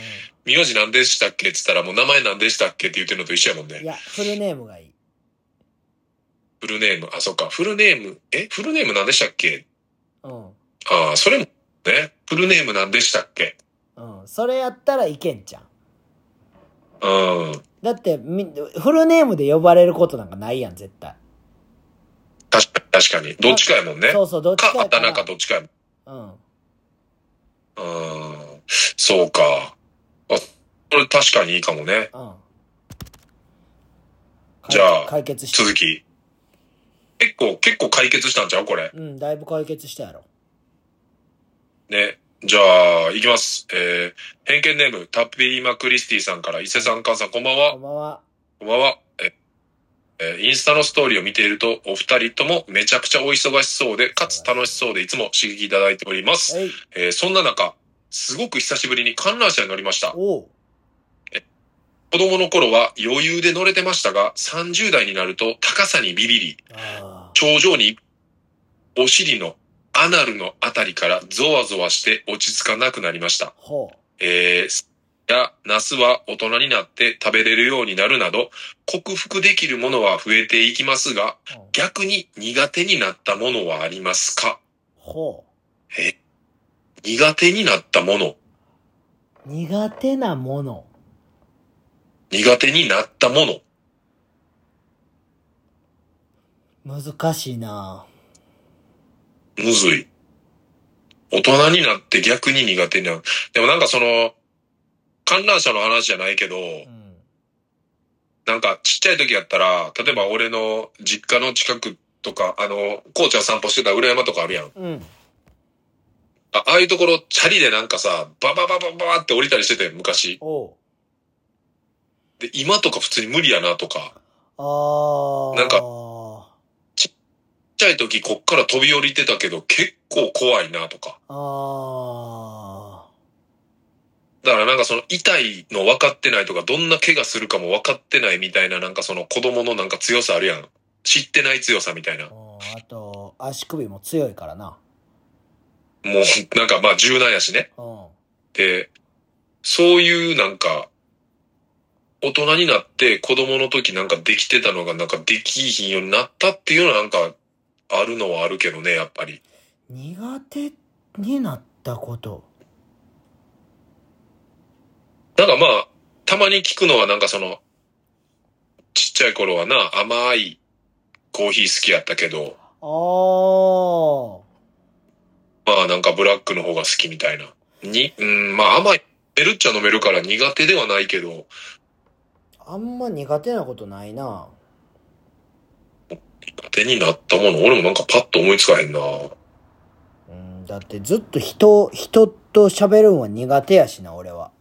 S2: 名字何でしたっけって言ったら、もう名前何でしたっけって言ってるのと一緒やもん
S1: い
S2: ね。
S1: や、フルネームがいい。
S2: フルネーム、あ、そっか、フルネーム、え、フルネーム何でしたっけ
S1: うん。
S2: ああ、それもね、フルネームなんでしたっけ
S1: うん。それやったらいけんじゃん。
S2: うん。
S1: だって、み、フルネームで呼ばれることなんかないやん、絶対。
S2: 確かに、確かに。どっちかやもんね。
S1: そうそう、どっち
S2: か、
S1: かや
S2: あた
S1: から
S2: なかどっちかやもん。
S1: うん。
S2: うん。そうか。あ、これ確かにいいかもね。
S1: うん。
S2: じゃあ
S1: 解決し
S2: 続
S1: た。
S2: き。結構、結構解決したんちゃうこれ。
S1: うん、だいぶ解決したやろ。
S2: ね。じゃあ、いきます。えー、偏見ネーム、タピリマクリスティさんから、伊勢さん、菅さん、こんばんは
S1: こん。ばんは。
S2: こんばんは。ええーインスタのストーリーを見ていると、お二人ともめちゃくちゃお忙しそうで、かつ楽しそうで、いつも刺激いただいております。
S1: えい。
S2: えーそんな中、すごく久しぶりに観覧車に乗りました。
S1: おう。
S2: 子供の頃は余裕で乗れてましたが、30代になると高さにビビり、
S1: あ
S2: 頂上に、お尻のアナルのあたりからゾワゾワして落ち着かなくなりました
S1: あ。。ほう。
S2: えー、や、ナスは大人になって食べれるようになるなど、克服できるものは増えていきますが、
S1: うん
S2: 逆に苦手になったものはありますか
S1: ほう。
S2: え苦手になったもの
S1: 苦手なもの。
S2: 苦手になったもの
S1: 難しいな
S2: むずい。大人になって逆に苦手になる。でもなんかその、観覧車の話じゃないけど、
S1: うん。
S2: なんかちっちゃい時やったら、例えば俺の実家の近くとか、あの、こうちゃん散歩してた裏山とかあるやん。
S1: うん。
S2: あああいうところ、チャリでなんかさ、ババババババって降りたりしてて、昔。
S1: おう。
S2: で、今とか普通に無理やなとか、
S1: ああ。
S2: なんか
S1: あ
S2: ちっちゃい時こっから飛び降りてたけど、結構怖いなとか。
S1: あ
S2: だからなんかその痛いの分かってないとか、どんな怪我するかも分かってないみたいな、なんかその子供のなんか強さあるやん。知ってない強さみたいな
S1: ー。。うんあと、足首も強いからな。
S2: もう、なんかまあ柔軟やしね。
S1: うん。
S2: で、そういうなんか、大人になって子供の時なんかできてたのがなんかできひんようになったっていうのはなんかあるのはあるけどね、やっぱり。
S1: 苦手になったこと。
S2: なんかまあ、たまに聞くのはなんかその、ちっちゃい頃はな、甘いコーヒー好きやったけど、
S1: ああ。
S2: まあなんかブラックの方が好きみたいな。に、うん、まあ甘い、飲めるっちゃ飲めるから苦手ではないけど、
S1: あんま苦手なことないな。
S2: 苦手になったもの、俺もなんかパッと思いつかへんな。
S1: うん、だってずっと人、人と喋るんは苦手やしな、俺は。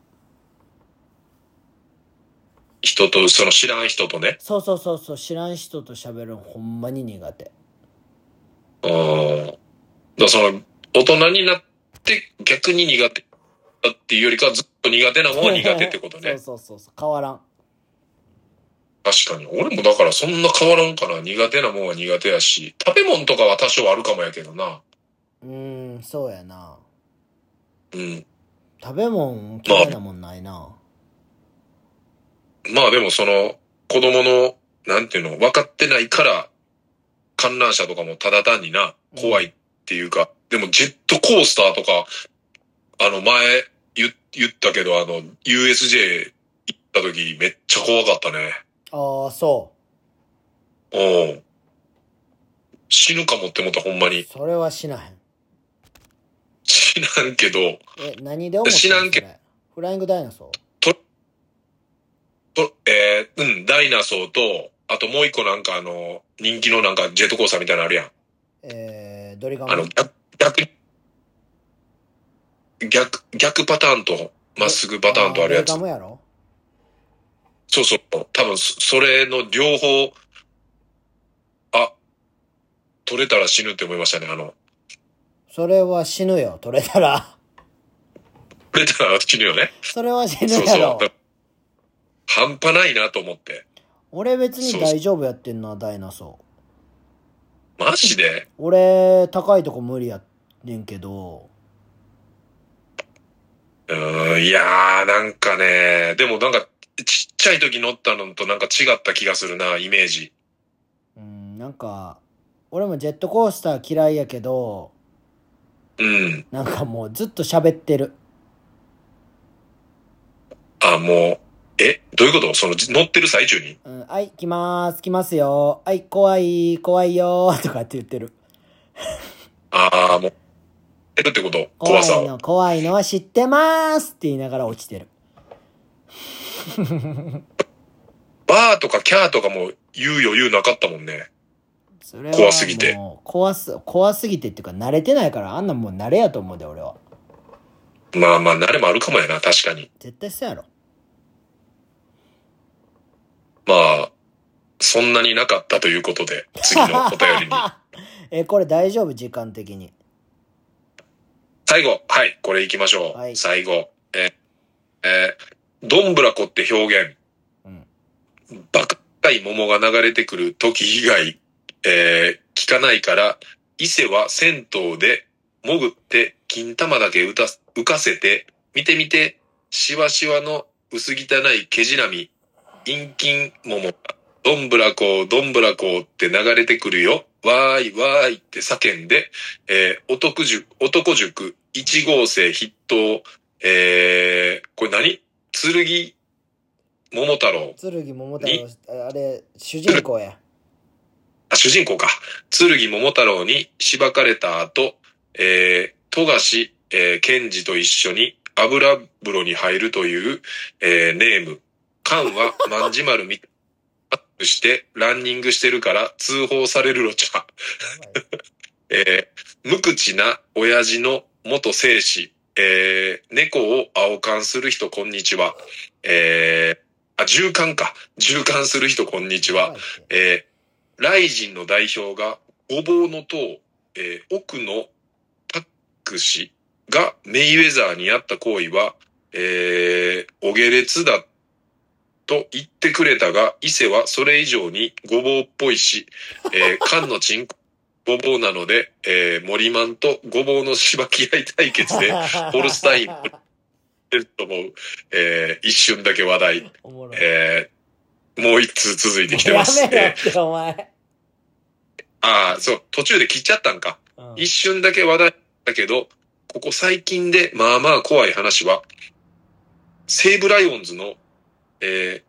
S2: 人と、その知らん人とね。
S1: そうそうそうそう、知らん人と喋るんほんまに苦手。
S2: うん。だからその、大人になって逆に苦手だっていうよりかはずっと苦手なものは苦手ってこと
S1: そ
S2: ね。
S1: うそうそうそう、変わらん。
S2: 確かに。俺もだからそんな変わらんかな。苦手なもんは苦手やし。食べ物とかは多少あるかもやけどな。
S1: うん、そうやな。
S2: うん。
S1: 食べ物嫌いなもんないな。
S2: まあでもその、子供の、なんていうの、分かってないから、観覧車とかもただ単にな、怖いっていうか、でもジェットコースターとか、あの前言言ったけど、あの、USJ 行った時めっちゃ怖かったね。
S1: ああ、そ
S2: うん。死ぬかもって思ったほんま
S1: う。
S2: に。
S1: それはしなへん。
S2: 死なんけど、
S1: え、何で思った
S2: 知らんけ
S1: それフライングダイナソー
S2: とえーうん、ダイナソーと、あともう一個なんかあの、人気のなんかジェットコースターみたいなのあるやん。
S1: えー、ドリカム
S2: あの、逆、逆、逆、逆パターンと、まっすぐパターンとあるやつ
S1: ードリ。カムやろ
S2: そうそう。多分そ、それの両方、あ、取れたら死ぬって思いましたね。あの、
S1: それは死ぬよ、取れたら。
S2: 取れたら死ぬよね。
S1: それは死ぬ
S2: そう
S1: や
S2: そ
S1: ろ。。
S2: う半端ないなと思って。
S1: 俺別に大丈夫やってんな、ダイナソー。
S2: マジで
S1: 俺、高いとこ無理やねんけど、
S2: うーん、いやー、なんかね、でもなんか、ちっちゃい時乗ったのとなんか違った気がするな、イメージ。
S1: うん、なんか、俺もジェットコースター嫌いやけど、
S2: うん。
S1: なんかもうずっと喋ってる。
S2: あ、もう、え、どういうことその、乗ってる最中に
S1: うん、はい、来まーす、来ますよ。はい、怖い、怖いよー、とかって言ってる。
S2: ああ、もう、えるってこと
S1: 怖
S2: 怖さ
S1: い
S2: を。
S1: の、怖いのは知ってまーすって言いながら落ちてる。
S2: バーとかキャーとかも言う余裕なかったもんね。
S1: それ
S2: 怖すぎて
S1: もう怖す、怖すぎてっていうか慣れてないから、あんなんもう慣れやと思うで、俺は。
S2: まあまあ、慣れもあるかもやな、確かに。
S1: 絶対そうやろ。
S2: まあ、そんなになかったということで、次のお便 りに。
S1: え、これ大丈夫時間的に。
S2: 最後、はい、これ行きましょう。
S1: はい
S2: 最後。え、えー、どんぶらこって表現。
S1: うん。
S2: バカい桃が流れてくる時以外、えー聞かないから、伊勢は銭湯で潜って金玉だけ浮た浮かせて、見て見て、しわしわの薄汚い毛じなみ、陰金桃が、どんぶらこう、どんぶらこうって流れてくるよ。わーい、わーいって叫んで、えー男塾、男塾、一号生筆頭、えーこれ何剣、桃太郎。
S1: 剣桃太郎、ああれ、主人公 や。
S2: あ、主人公か。剣桃太郎にしばかれた後、えー、富樫、えー、賢治と一緒に油風呂に入るという、えー、ネーム。カンは万事丸み、アップしてランニングしてるから通報されるのちゃ。えー、無口な親父の元生死、えー、猫を青缶する人こんにちは。えー、あ、縦貫か。縦貫する人こんにちは。えー、ライジンの代表が、ごぼうの塔、えー奥のパック氏がメイウェザーにやった行為は、えー、お下劣だと言ってくれたが、伊勢はそれ以上にごぼうっぽいし、えー、缶のチンコ、ごぼうなので、えー、森マンとごぼうのしばき合い対決で、 ホルスタイン出ると思う、えー、一瞬だけ話題、
S1: おもろい。
S2: えー、もう一通続いてきてます。
S1: やめ
S2: え
S1: ろ
S2: ー
S1: って、お前。
S2: ああ、そう、途中で切っちゃったんか。
S1: うん
S2: 一瞬だけ話題だけど、ここ最近でまあまあ怖い話は、西武ライオンズの、え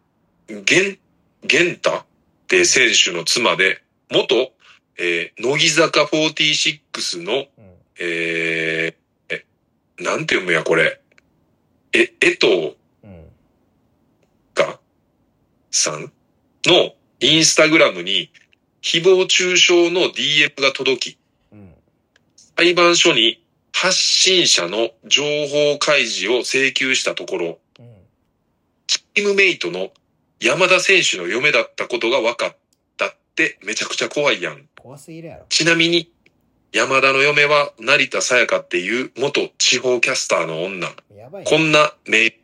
S2: ー、ゲン、ゲンタって選手の妻で、元、えー、乃木坂46の、
S1: うん
S2: えー、え、なんて読むや、これ。え、江藤
S1: うん。
S2: かさんのインスタグラムに、誹謗中傷の DM が届き、
S1: うん。
S2: 裁判所に発信者の情報開示を請求したところ、
S1: うん。
S2: チームメイトの山田選手の嫁だったことが分かったってめちゃくちゃ怖いやん。
S1: 怖すぎるやろ。
S2: ちなみに、山田の嫁は成田さやかっていう元地方キャスターの女。
S1: やばいな。
S2: こんな名爆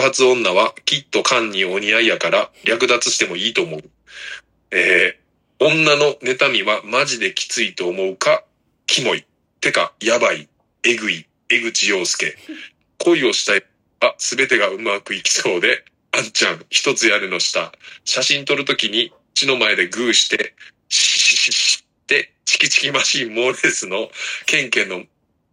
S2: 発女はきっと缶にお似合いやから略奪してもいいと思う。えー、女の妬みはマジできついと思うか、キモい。てか、やばい、えぐい、江口洋介。恋をしたい、あ、すべてがうまくいきそうで、あんちゃん、一つ屋根の下、写真撮るときに、血の前でグーして、シシシシって、チキチキマシンモーレスの、ケンケンの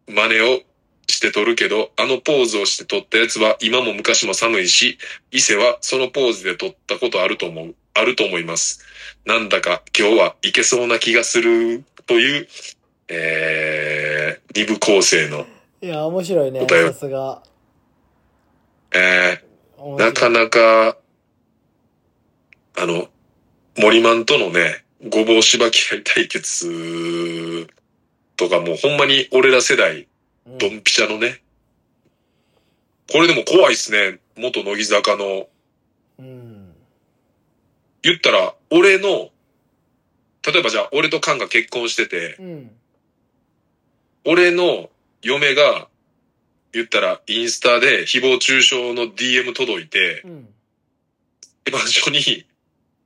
S2: 真似をして撮るけど、あのポーズをして撮ったやつは、今も昔も寒いし、伊勢はそのポーズで撮ったことあると思う、あると思います。なんだか今日はいけそうな気がする、という、えー、二部構成の、
S1: いや、面白いね。
S2: 答え
S1: さ
S2: は
S1: すが。
S2: えー、
S1: 面白い
S2: なかなか、あの、森マンとのね、ごぼうしばき合い対決とかもうほんまに俺ら世代、
S1: うん
S2: ドンピシャのね。これでも怖いっすね。元乃木坂の。
S1: うん。
S2: 言ったら、俺の、例えばじゃあ俺とカンが結婚してて、
S1: うん。
S2: 俺の嫁が、言ったらインスタで誹謗中傷の DM 届いて、
S1: うん。
S2: 裁判所に、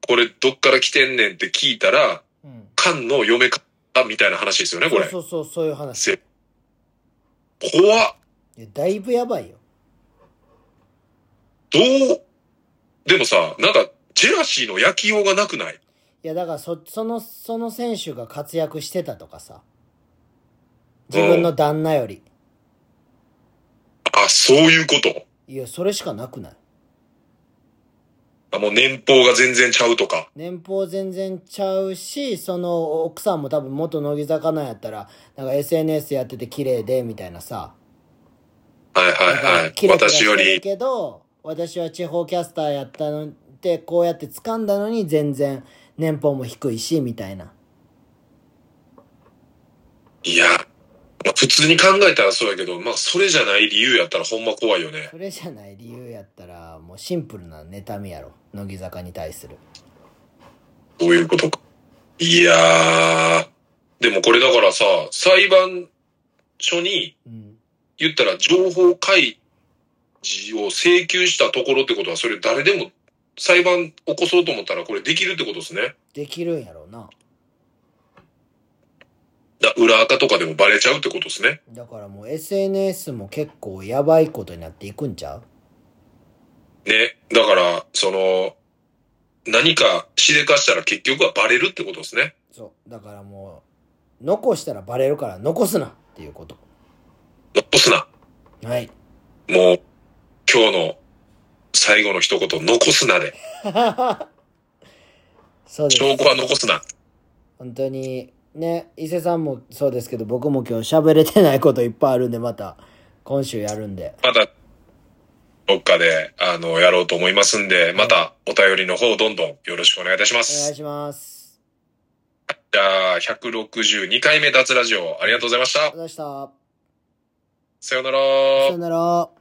S2: これどっから来てんねんって聞いたら、
S1: うん。
S2: 菅の嫁か、みたいな話ですよね、これ。
S1: そうそうそう、そういう話。
S2: せ怖っ
S1: いやだいぶやばいよ。
S2: どうでもさ、なんか、ジェラシーの焼きようがなくない
S1: いや、だからそ、その、その選手が活躍してたとかさ。自分の旦那より。
S2: あ、そういうこと。
S1: いや、それしかなくない
S2: あ、もう年俸が全然ちゃうとか。
S1: 年俸全然ちゃうし、その奥さんも多分元乃木坂なんやったら、なんか SNS やってて綺麗で、みたいなさ。
S2: はいはい
S1: な
S2: は
S1: んかキ
S2: い。
S1: ラキラ
S2: 私
S1: して
S2: よ
S1: る
S2: り、
S1: けど、私は地方キャスターやったのって、こうやって掴んだのに全然年俸も低いし、みたいな。
S2: いや、まあ普通に考えたらそうやけど、まあそれじゃない理由やったらほんま怖いよね。
S1: それじゃない理由やったら、もうシンプルな妬みやろ。乃木坂に対する。
S2: どういうことか。いやー。でもこれだからさ、裁判所に、
S1: うん。
S2: 言ったら情報開示を請求したところってことは、それ誰でも裁判起こそうと思ったらこれできるってことですね。
S1: できるんやろうな。
S2: だ裏垢とかでもバレちゃうってことですね。
S1: だからもう SNS も結構やばいことになっていくんちゃう
S2: ね。だから、その、何かしでかしたら結局はバレるってことですね。
S1: そう。だからもう、残したらバレるから残すなっていうこと。
S2: 残すな。
S1: はい。
S2: もう、今日の最後の一言、残すなで。
S1: そうです。
S2: 証拠は残すな。
S1: 本当に、ね、伊勢さんもそうですけど、僕も今日喋れてないこといっぱいあるんで、また、今週やるんで。
S2: また、どっかで、あの、やろうと思いますんで、またお便りの方どんどんよろしくお願いいたしま
S1: お
S2: す。
S1: 願いします。
S2: じゃあ、162回目脱ラジオ、ありがとうございまし
S1: ありがとう。
S2: た
S1: ございました。
S2: さような
S1: さ
S2: ら
S1: よ。なら。